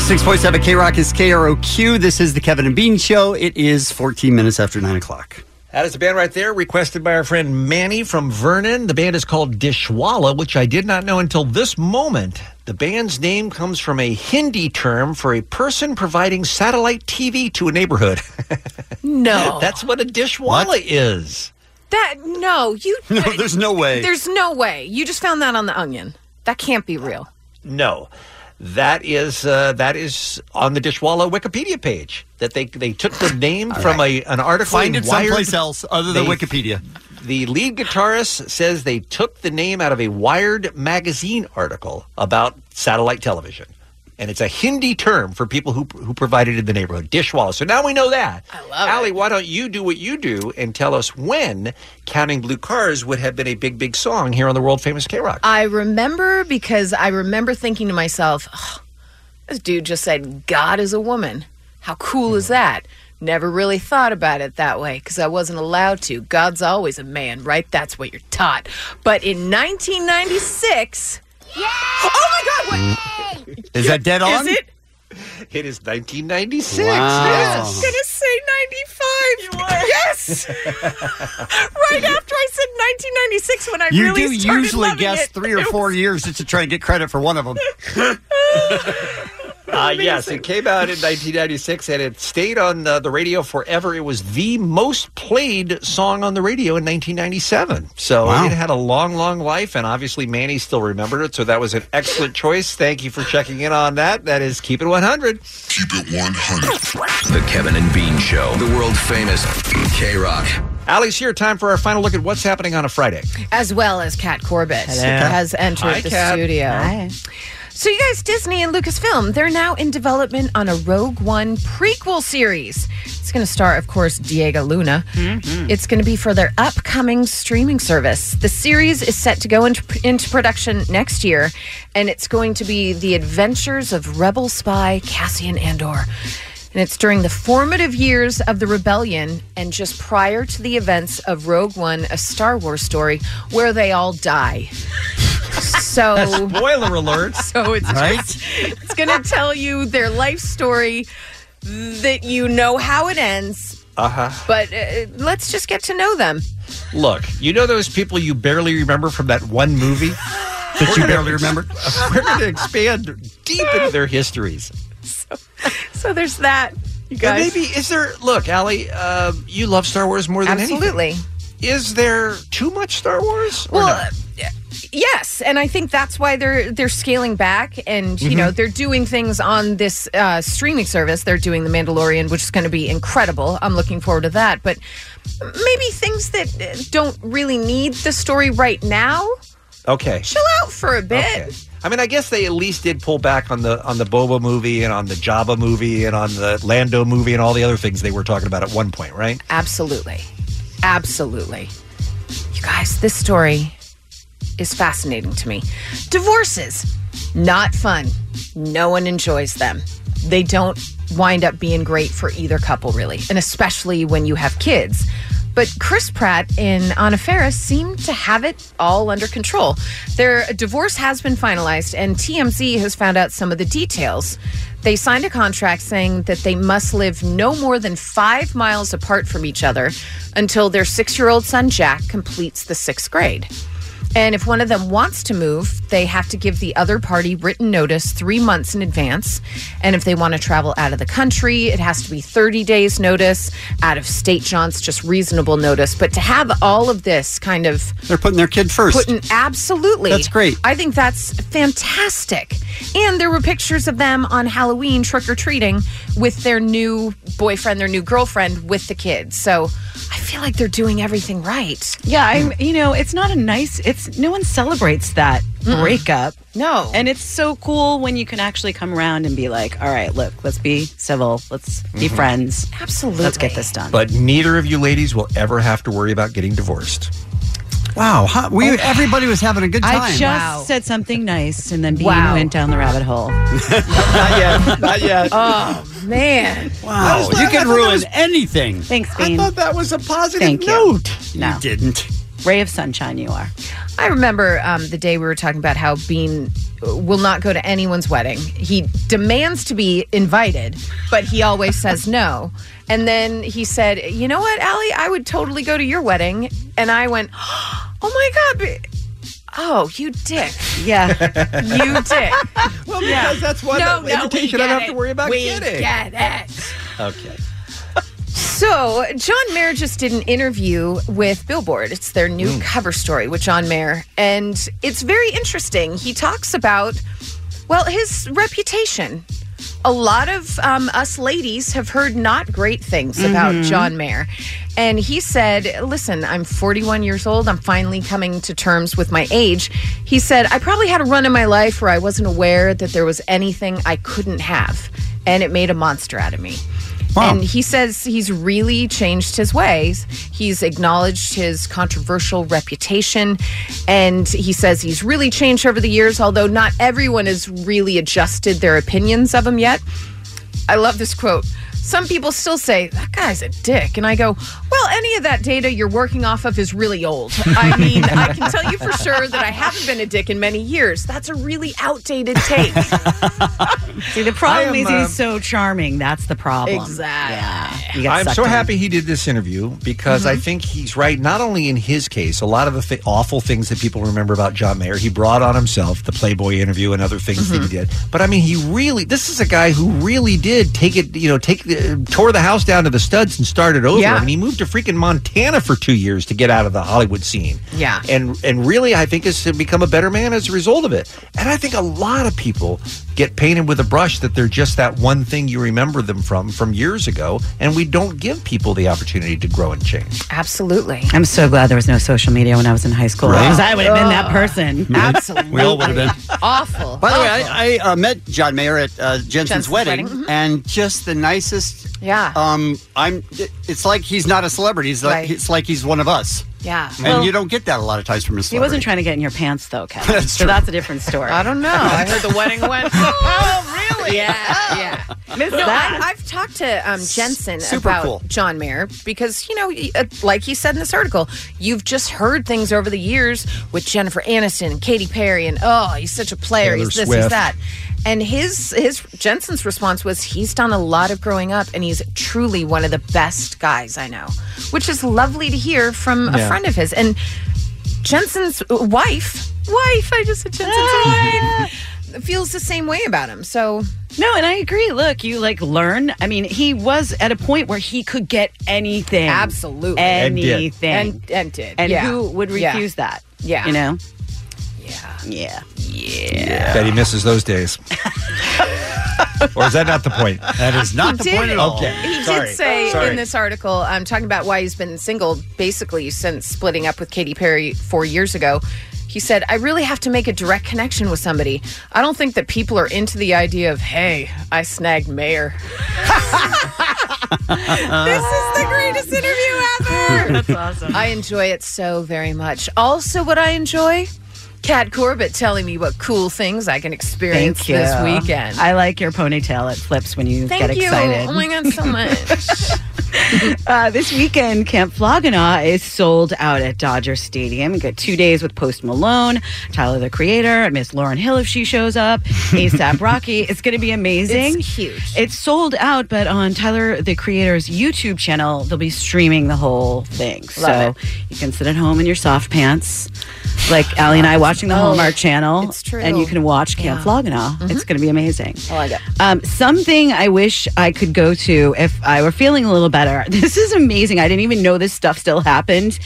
S8: six point seven K Rock is KROQ. This is the Kevin and Bean Show. It is 14 minutes after 9 o'clock.
S5: That is the band right there, requested by our friend Manny from Vernon. The band is called Dishwalla, which I did not know until this moment. The band's name comes from a Hindi term for a person providing satellite TV to a neighborhood. (laughs)
S11: No.
S5: That's what a dishwalla is.
S11: That no, you
S5: (laughs) No, there's no way.
S11: There's no way. You just found that on the onion. That can't be real.
S5: No, that is uh, that is on the Dishwalla Wikipedia page. That they they took the name from a an article.
S8: Find
S5: in
S8: it
S5: Wired.
S8: someplace else other than
S5: They-
S8: Wikipedia.
S5: The lead guitarist says they took the name out of a Wired magazine article about satellite television. And it's a Hindi term for people who who provided in the neighborhood, dishwalla. So now we know that. I love Allie, why don't you do what you do and tell us when Counting Blue Cars would have been a big, big song here on the world famous K Rock?
S11: I remember because I remember thinking to myself, "Ugh, this dude just said God is a woman. How cool is that? Never really thought about it that way because I wasn't allowed to. God's always a man, right? That's what you're taught. But in 1996, oh my God,
S8: Is that dead
S11: what
S8: on?
S11: is it?
S5: It is 1996.
S11: I was gonna say 95.
S9: (laughs)
S11: Yes, right after I said 1996 when I
S8: you
S11: really
S8: do
S11: started
S8: usually
S11: loving
S8: guess
S11: it.
S8: three or
S11: It was-
S8: four years just to try and get credit for one of them.
S5: Uh, yes, it came out in 1996 and it stayed on uh, the radio forever. It was the most played song on the radio in 1997. So it had a long, long life, and obviously Manny still remembered it. So that was an excellent choice. Thank you for checking in on that. That is Keep It 100. Keep It 100.
S19: The Kevin and Bean Show. The world famous K Rock.
S5: Alex here. Time for our final look at what's happening on a Friday.
S11: as well as Kat Corbett
S5: Hello.
S11: has entered
S5: Hi,
S11: the
S5: Kat.
S11: studio.
S5: Hi.
S11: So, you guys, Disney and Lucasfilm, they're now in development on a Rogue One prequel series. It's going to star, of course, Diego Luna.
S5: Mm-hmm.
S11: It's going to be for their upcoming streaming service. The series is set to go into, into production next year, and it's going to be The Adventures of Rebel Spy Cassian Andor. And it's during the formative years of the rebellion and just prior to the events of Rogue One, a Star Wars story, where they all die.
S5: Oh.
S7: (laughs)
S11: So,
S5: spoiler alert.
S11: So it's
S9: Right?
S11: just- it's going to tell you their life story that you know how it ends,
S5: Uh huh.
S11: but uh, let's just get to know them.
S5: Look, you know those people you barely remember from that one movie that
S8: you barely remember?
S5: We're going to expand
S11: (laughs)
S5: deep into their histories.
S11: So there's that. You
S5: And
S11: guys.
S5: maybe is there? Look, Allie, uh, you love Star Wars more than
S11: Absolutely.
S5: anything. Is there too much Star Wars? Or
S11: Well, uh,
S5: not?
S11: Yes, and I think that's why they're they're scaling back, and you
S5: Mhm.
S11: know they're doing things on this uh, streaming service. They're doing The Mandalorian, which is going to be incredible. I'm looking forward to that. But maybe things that uh, don't really need the story right now,
S5: okay.
S11: chill out for a bit.
S5: Okay. I mean, I guess they at least did pull back on the on the Boba movie and on the Jabba movie and on the Lando movie and all the other things they were talking about at one point, right?
S11: Absolutely, absolutely. You guys, this story is fascinating to me. Divorces, not fun. No one enjoys them. They don't wind up being great for either couple, really, and especially when you have kids. But Chris Pratt and Anna Faris seem to have it all under control. Their divorce has been finalized, and TMZ has found out some of the details. They signed a contract saying that they must live no more than five miles apart from each other until their six year old son, Jack, completes the sixth grade. And if one of them wants to move, they have to give the other party written notice three months in advance. And if they want to travel out of the country, it has to be 30 days' notice. Out of state, John's just reasonable notice. But to have all of this kind of.
S8: They're putting their kid first.
S11: Putting, absolutely.
S8: That's great.
S11: I think that's fantastic. And there were pictures of them on Halloween trick or treating with their new boyfriend, their new girlfriend, with the kids. So I feel like they're doing everything right.
S2: Yeah, I'm. You know, it's not a nice. It's no one celebrates that
S11: Mm-mm.
S2: breakup.
S11: No,
S2: and it's so cool when you can actually come around and be like, "All right, look, let's be civil. Let's be
S5: Mhm.
S2: friends.
S11: Absolutely,
S2: let's get this done."
S5: But neither of you ladies will ever have to worry about getting divorced.
S8: Wow, huh? we everybody was having a good time.
S2: I just said something nice, and then Bean
S8: Wow.
S2: went down the rabbit hole.
S8: not (laughs) yet, not yet.
S11: Oh man!
S8: Wow, you can ruin anything.
S2: Thanks, Bean. I thought
S5: that was a positive
S2: Thank
S5: note.
S2: You. No,
S8: didn't.
S2: Ray of sunshine, you are.
S11: I remember um, the day we were talking about how Bean uh, will not go to anyone's wedding. He demands to be invited, but he always says no. And then he said, "You know what, Allie? I would totally go to your wedding." And I went, (gasps) "Oh my god!" Be- Oh, you dick!
S2: Yeah,
S11: you dick!
S5: (laughs) well,
S11: Yeah.
S5: because that's one
S11: No, no, we
S5: invitation I don't
S11: get
S5: have to
S11: it.
S5: worry about
S11: We
S5: getting.
S11: get it.
S5: Okay.
S11: So, John Mayer just did an interview with Billboard. It's their new cover story with John Mayer, and it's very interesting. He talks about, well, his reputation. A lot of um, us ladies have heard not great things about
S2: Mhm.
S11: John Mayer. And he said, Listen, I'm 41 years old. I'm finally coming to terms with my age. He said, I probably had a run in my life where I wasn't aware that there was anything I couldn't have. And it made a monster out of me. And he says he's really changed his ways. He's acknowledged his controversial reputation. And he says he's really changed over the years, although not everyone has really adjusted their opinions of him yet. I love this quote. Some people still say, that guy's a dick. And I go, well, any of that data you're working off of is really old. I mean, I can tell you for sure that I haven't been a dick in many years. That's a really outdated take.
S2: See,
S5: I
S2: the
S5: am,
S2: problem is
S5: uh,
S2: he's so charming. That's the problem.
S11: Exactly.
S2: You got
S5: I'm
S2: sucked
S5: so
S2: in.
S5: happy he did this interview because I
S2: Mhm.
S5: think he's right. Not only in his case, a lot of the th- awful things that people remember about John Mayer, he brought on himself the Playboy interview and other things that he did. But I mean, he really. This is a guy who really did take it. You know, take the, tore the house down to the studs and started over.
S11: Yeah.
S5: I mean, he moved to freaking Montana for two years to get out of the Hollywood scene.
S11: Yeah.
S5: And and really, I think is to become a better man as a result of it. And I think a lot of people get painted with a brush that they're just that one thing you remember them from from years ago, and we don't give people the opportunity to grow and change.
S11: Absolutely.
S2: I'm so glad there was no social media when I was in high school.
S8: Right.
S2: Because I would have been that
S8: Ugh. (laughs)
S2: person.
S8: Absolutely. We all would have been.
S11: Awful.
S8: By the way, I, I uh, met John Mayer at uh, Jensen's,
S11: Jensen's
S8: wedding,
S11: wedding, Mm-hmm.
S8: and just the nicest.
S11: Yeah.
S8: Um, I'm. It's like he's not a celebrity. He's like,
S2: Right.
S8: It's like he's one of us.
S11: Yeah.
S8: And
S2: Well,
S8: you don't get that a lot of times from a
S2: He
S8: celebrity.
S2: wasn't trying to get in your pants, though,
S8: (laughs)
S2: Kevin.
S8: That's
S2: so
S8: true.
S11: (laughs)
S2: (laughs) that's a different story. I
S11: don't know. I heard the wedding went. (laughs) Oh, Really?
S9: Yeah.
S11: yeah.
S9: Miss
S11: no,
S9: that.
S11: I, I've talked to um, Jensen
S9: Super
S11: about
S9: cool.
S11: John Mayer because, you know, y- uh, like he said in this article, you've just heard things over the years with Jennifer Aniston and Katy Perry, and oh, he's such a player.
S9: Taylor
S11: he's this,
S9: Swift.
S11: he's that. And his his Jensen's response was he's done a lot of growing up, and he's truly one of the best guys I know, which is lovely to hear from a
S9: Yeah.
S11: friend of his. And Jensen's wife, wife, I just said
S9: Ah.
S11: Jensen's wife, feels the same way about him. So
S2: No, and I agree. Look, you like learn. I mean, he was at a point where he could get anything.
S11: Absolutely.
S9: And did.
S2: Anything.
S11: And, and did.
S2: And
S11: Yeah.
S2: who would
S11: Yeah.
S2: refuse that?
S11: Yeah.
S2: You (laughs) know?
S11: Yeah.
S5: Yeah. Bet he misses those
S11: (laughs)
S5: days. or is that not the point? That
S8: is
S11: He did-
S5: Okay.
S11: He
S5: Sorry.
S11: did say
S5: Sorry.
S11: in this article, um, talking about why he's been single basically since splitting up with Katy Perry four years ago. He said, I really have to make a direct connection with somebody. I don't think that people are into the idea of, hey, I snagged Mayor. this is the greatest interview
S2: (laughs)
S11: ever.
S9: That's awesome.
S11: I enjoy it so very much. Also, what I enjoy, Kat Corbett telling me what cool things I can experience
S2: Thank you.
S11: this weekend.
S2: I like your ponytail. It flips when you
S11: Thank
S2: get
S11: you.
S2: excited.
S11: Oh my god, so much.
S2: uh, this weekend, Camp Floganaw is sold out at Dodger Stadium. You get two days with Post Malone, Tyler the Creator, and Miss Lauren Hill if she shows up, ASAP Rocky. It's going to be amazing.
S11: It's huge.
S2: It's sold out, but on Tyler the Creator's YouTube channel, they'll be streaming the whole thing.
S11: Love
S2: so you can sit at home in your soft pants, like Allie and I watching the
S11: Oh,
S2: Hallmark channel,
S11: it's true.
S2: and you can watch Camp
S11: Yeah. Mm-hmm.
S2: Floganaw. It's going to be amazing.
S11: I like it.
S2: Um, something I wish I could go to if I were feeling a little better. (laughs) This is amazing. I didn't even know this stuff still happened.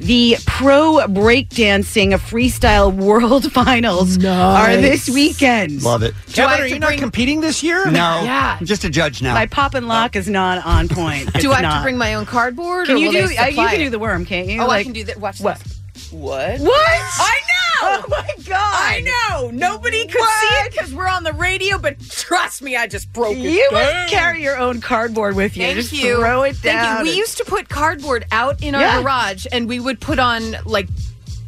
S2: The pro breakdancing freestyle world (laughs) finals are this weekend.
S8: Love it.
S2: Kevin, are you not competing this year?
S8: No.
S2: Yeah.
S8: I'm just a judge now.
S2: My pop and lock is not on
S11: (laughs)
S2: point.
S11: do
S2: It's
S11: I have
S2: not.
S11: to bring my own cardboard?
S2: Can
S11: or
S2: you
S11: will
S2: do-
S11: They
S2: uh, you
S11: supply
S2: can
S11: it?
S2: do the worm, can't you?
S11: Oh, I
S2: Like-
S11: can do that. Watch what? What?
S2: What?
S11: I know.
S2: Oh my god!
S11: I know. Nobody could see it because we're on the radio. But trust me, I just broke. it
S2: You
S11: down.
S2: must carry your own cardboard with you.
S11: Thank
S2: Just
S11: you.
S2: throw it
S11: Thank you.
S2: down.
S11: We used to put cardboard out in our
S2: Yeah.
S11: garage, and we would put on like.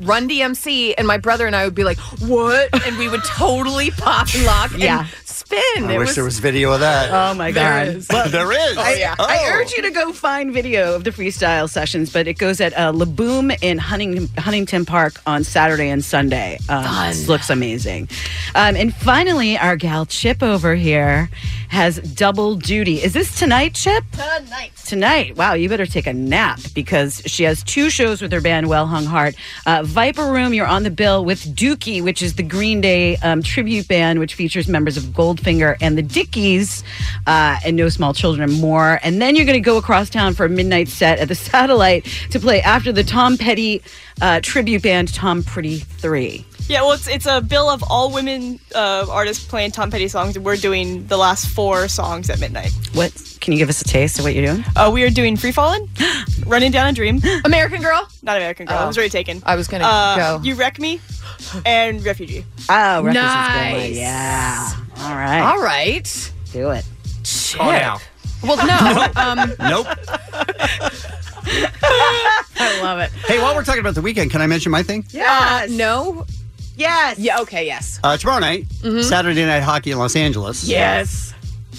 S11: Run DMC and my brother and I would be like, "What?" and we would totally pop and lock
S8: Yeah.
S11: and spin.
S8: I
S11: it
S8: wish
S11: was
S8: there was video of that.
S2: Oh my
S8: There
S2: God.
S8: is. there is.
S2: I, I
S8: Oh.
S2: urge you to go find video of the freestyle sessions, but it goes at uh, Laboom in Hunting, Huntington Park on Saturday and Sunday. Um, This looks amazing. Um, and finally, our gal Chip over here has double duty. Is this tonight, Chip?
S11: Tonight.
S2: Tonight. Wow, you better take a nap because she has two shows with her band, Well Hung Heart. Uh, Viper Room, you're on the bill with Dookie, which is the Green Day um, tribute band, which features members of Goldfinger and the Dickies uh, and No Small Children and more. And then you're going to go across town for a midnight set at the (laughs) Satellite to play after the Tom Petty uh, tribute band, Tom Pretty 3.
S21: Yeah, well, it's it's a bill of all women uh, artists playing Tom Petty songs, and we're doing the last four songs at midnight.
S2: What? Can you give us a taste of what you're
S8: Oh.
S2: doing?
S21: Uh, we are doing Free Fallin', Running Down a Dream,
S11: American Girl,
S21: not American Girl.
S11: Oh.
S21: It was already taken.
S11: I was gonna
S21: uh,
S11: go.
S21: You wreck me, and Refugee.
S2: Oh,
S11: Nice.
S2: Yeah. All right.
S11: All right.
S2: Do it.
S11: Chip. Well, no. um,
S8: Oh, (laughs) Nope.
S11: I love it.
S8: Hey, while we're talking about the weekend, can I mention my thing?
S11: Yeah. uh, no.
S2: Yes.
S11: Yeah. Okay. Yes.
S8: Uh, tomorrow night,
S11: Mhm.
S8: Saturday night hockey in Los Angeles.
S11: Yes.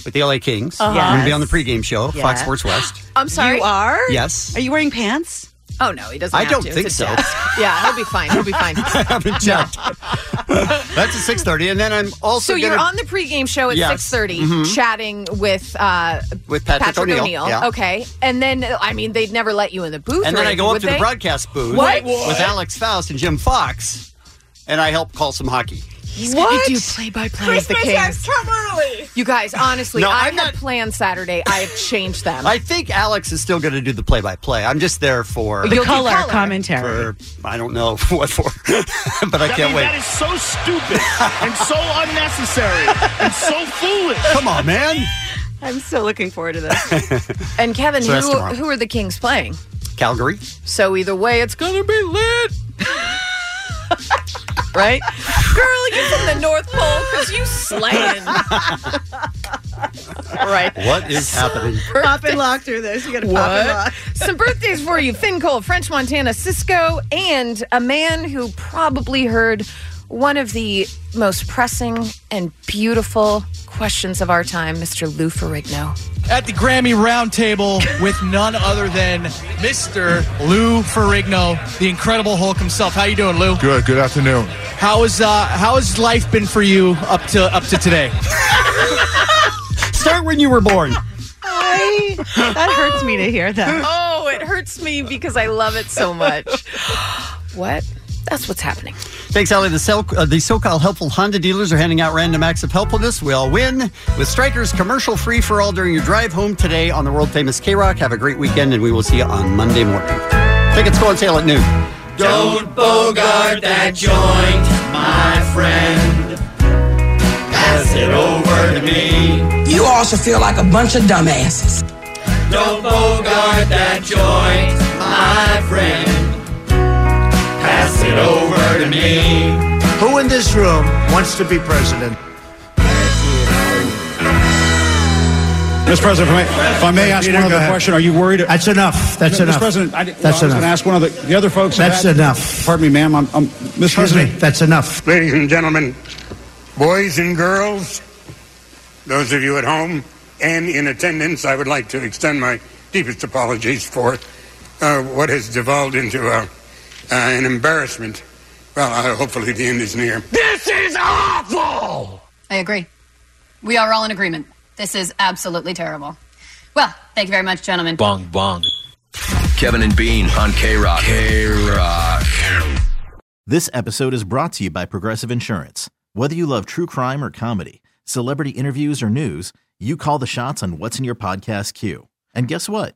S8: With the LA Kings.
S11: Uh-huh.
S8: I'm going to be
S11: Yes.
S8: on the pregame show,
S11: Yeah.
S8: Fox Sports West.
S11: I'm sorry. You
S21: are.
S8: Yes.
S2: Are you wearing pants?
S11: Oh no, he doesn't.
S8: I
S11: have
S8: don't
S11: to. It's
S8: think
S11: a
S8: so.
S11: test. yeah, he'll be fine. He'll be fine.
S8: (laughs) I
S11: (laughs)
S8: haven't checked. (laughs) That's at 6.30. And then I'm also
S11: so you're
S8: gonna-
S11: on the pregame show at
S8: Yes.
S11: 6:30,
S8: Mhm.
S11: chatting with uh,
S8: With Patrick O'Neill, yeah.
S11: Okay, and then I mean they'd never let you in the booth.
S8: And
S11: or
S8: then I
S11: anything,
S8: go up
S11: would
S8: to the
S11: they?
S8: broadcast booth
S11: What?
S8: with Alex Faust and Jim Fox, and I help call some hockey.
S11: He's gonna do play by play of the
S8: Christmas
S11: Kings.
S8: has
S21: Come early.
S11: You guys, honestly,
S8: No,
S11: I
S8: I'm
S11: had plans Saturday. I have changed them.
S8: I think Alex is still going to do the play by play. I'm just there for
S2: The You'll do color color. commentary.
S8: For, I don't know (laughs) what for, but I
S9: That
S8: can't
S9: means
S8: wait.
S9: That is so stupid and so unnecessary and so foolish.
S8: Come on, man.
S2: I'm so looking forward to
S8: (laughs)
S2: this.
S11: and Kevin,
S8: So that's
S11: who
S8: tomorrow.
S11: who are the Kings playing?
S8: Calgary.
S11: So either way, it's gonna be lit. (laughs) right? Girl, you from the North Pole because you slaying. right.
S8: What is happening?
S2: Pop and lock through this. You got to pop and
S11: What?
S2: lock.
S11: Some birthdays for you. Finn Cole, French Montana, Cisco, and a man who probably heard one of the most pressing and beautiful questions of our time, Mr. Lou Ferrigno.
S25: At the Grammy Roundtable with none other than Mr. Lou Ferrigno, the Incredible Hulk himself. How you doing, Lou?
S17: Good. Good afternoon.
S25: How is uh, how has life been for you up to up to today?
S8: (laughs) Start when you were born.
S11: I,
S2: that hurts me to hear that.
S11: Oh, it hurts me because I love it so much. (gasps) what? That's what's happening.
S8: Thanks, Ellie. The, so- uh, the so-called helpful Honda dealers are handing out random acts of helpfulness. We all win with Strikers commercial free for all during your drive home today on the world famous K Rock. Have a great weekend, and we will see you on Monday morning. Tickets go on sale at noon.
S9: Don't bogart that joint, my friend. Pass it over to me.
S22: You also feel like a bunch of dumbasses.
S9: Don't bogart that joint, my friend. Pass it over to me.
S24: Who in this room wants to be president?
S22: Mr. President, if I may, if I may ask
S24: Peter,
S22: one
S24: go
S22: other
S24: aid.
S22: question, are you worried?
S24: That's enough. That's
S22: Mr.
S24: enough.
S22: President, I,
S24: That's
S22: well, I was going
S24: enough.
S22: to ask one other. The other folks. have
S24: That's
S22: had-
S24: enough.
S22: Pardon me, ma'am. I'm, I'm Mr. President.
S24: That's enough.
S29: Ladies and gentlemen, boys and girls, those of you at home and in attendance, I would like to extend my deepest apologies for uh, what has devolved into a, uh, an embarrassment. Well, uh, hopefully the end is near.
S9: This is awful!
S26: I agree. We are all in agreement. This is absolutely terrible. Well, thank you very much, gentlemen.
S19: Bong bong. Kevin and Bean on K Rock. K Rock.
S1: This episode is brought to you by Progressive Insurance. Whether you love true crime or comedy, celebrity interviews or news, you call the shots on what's in your podcast queue. And guess what?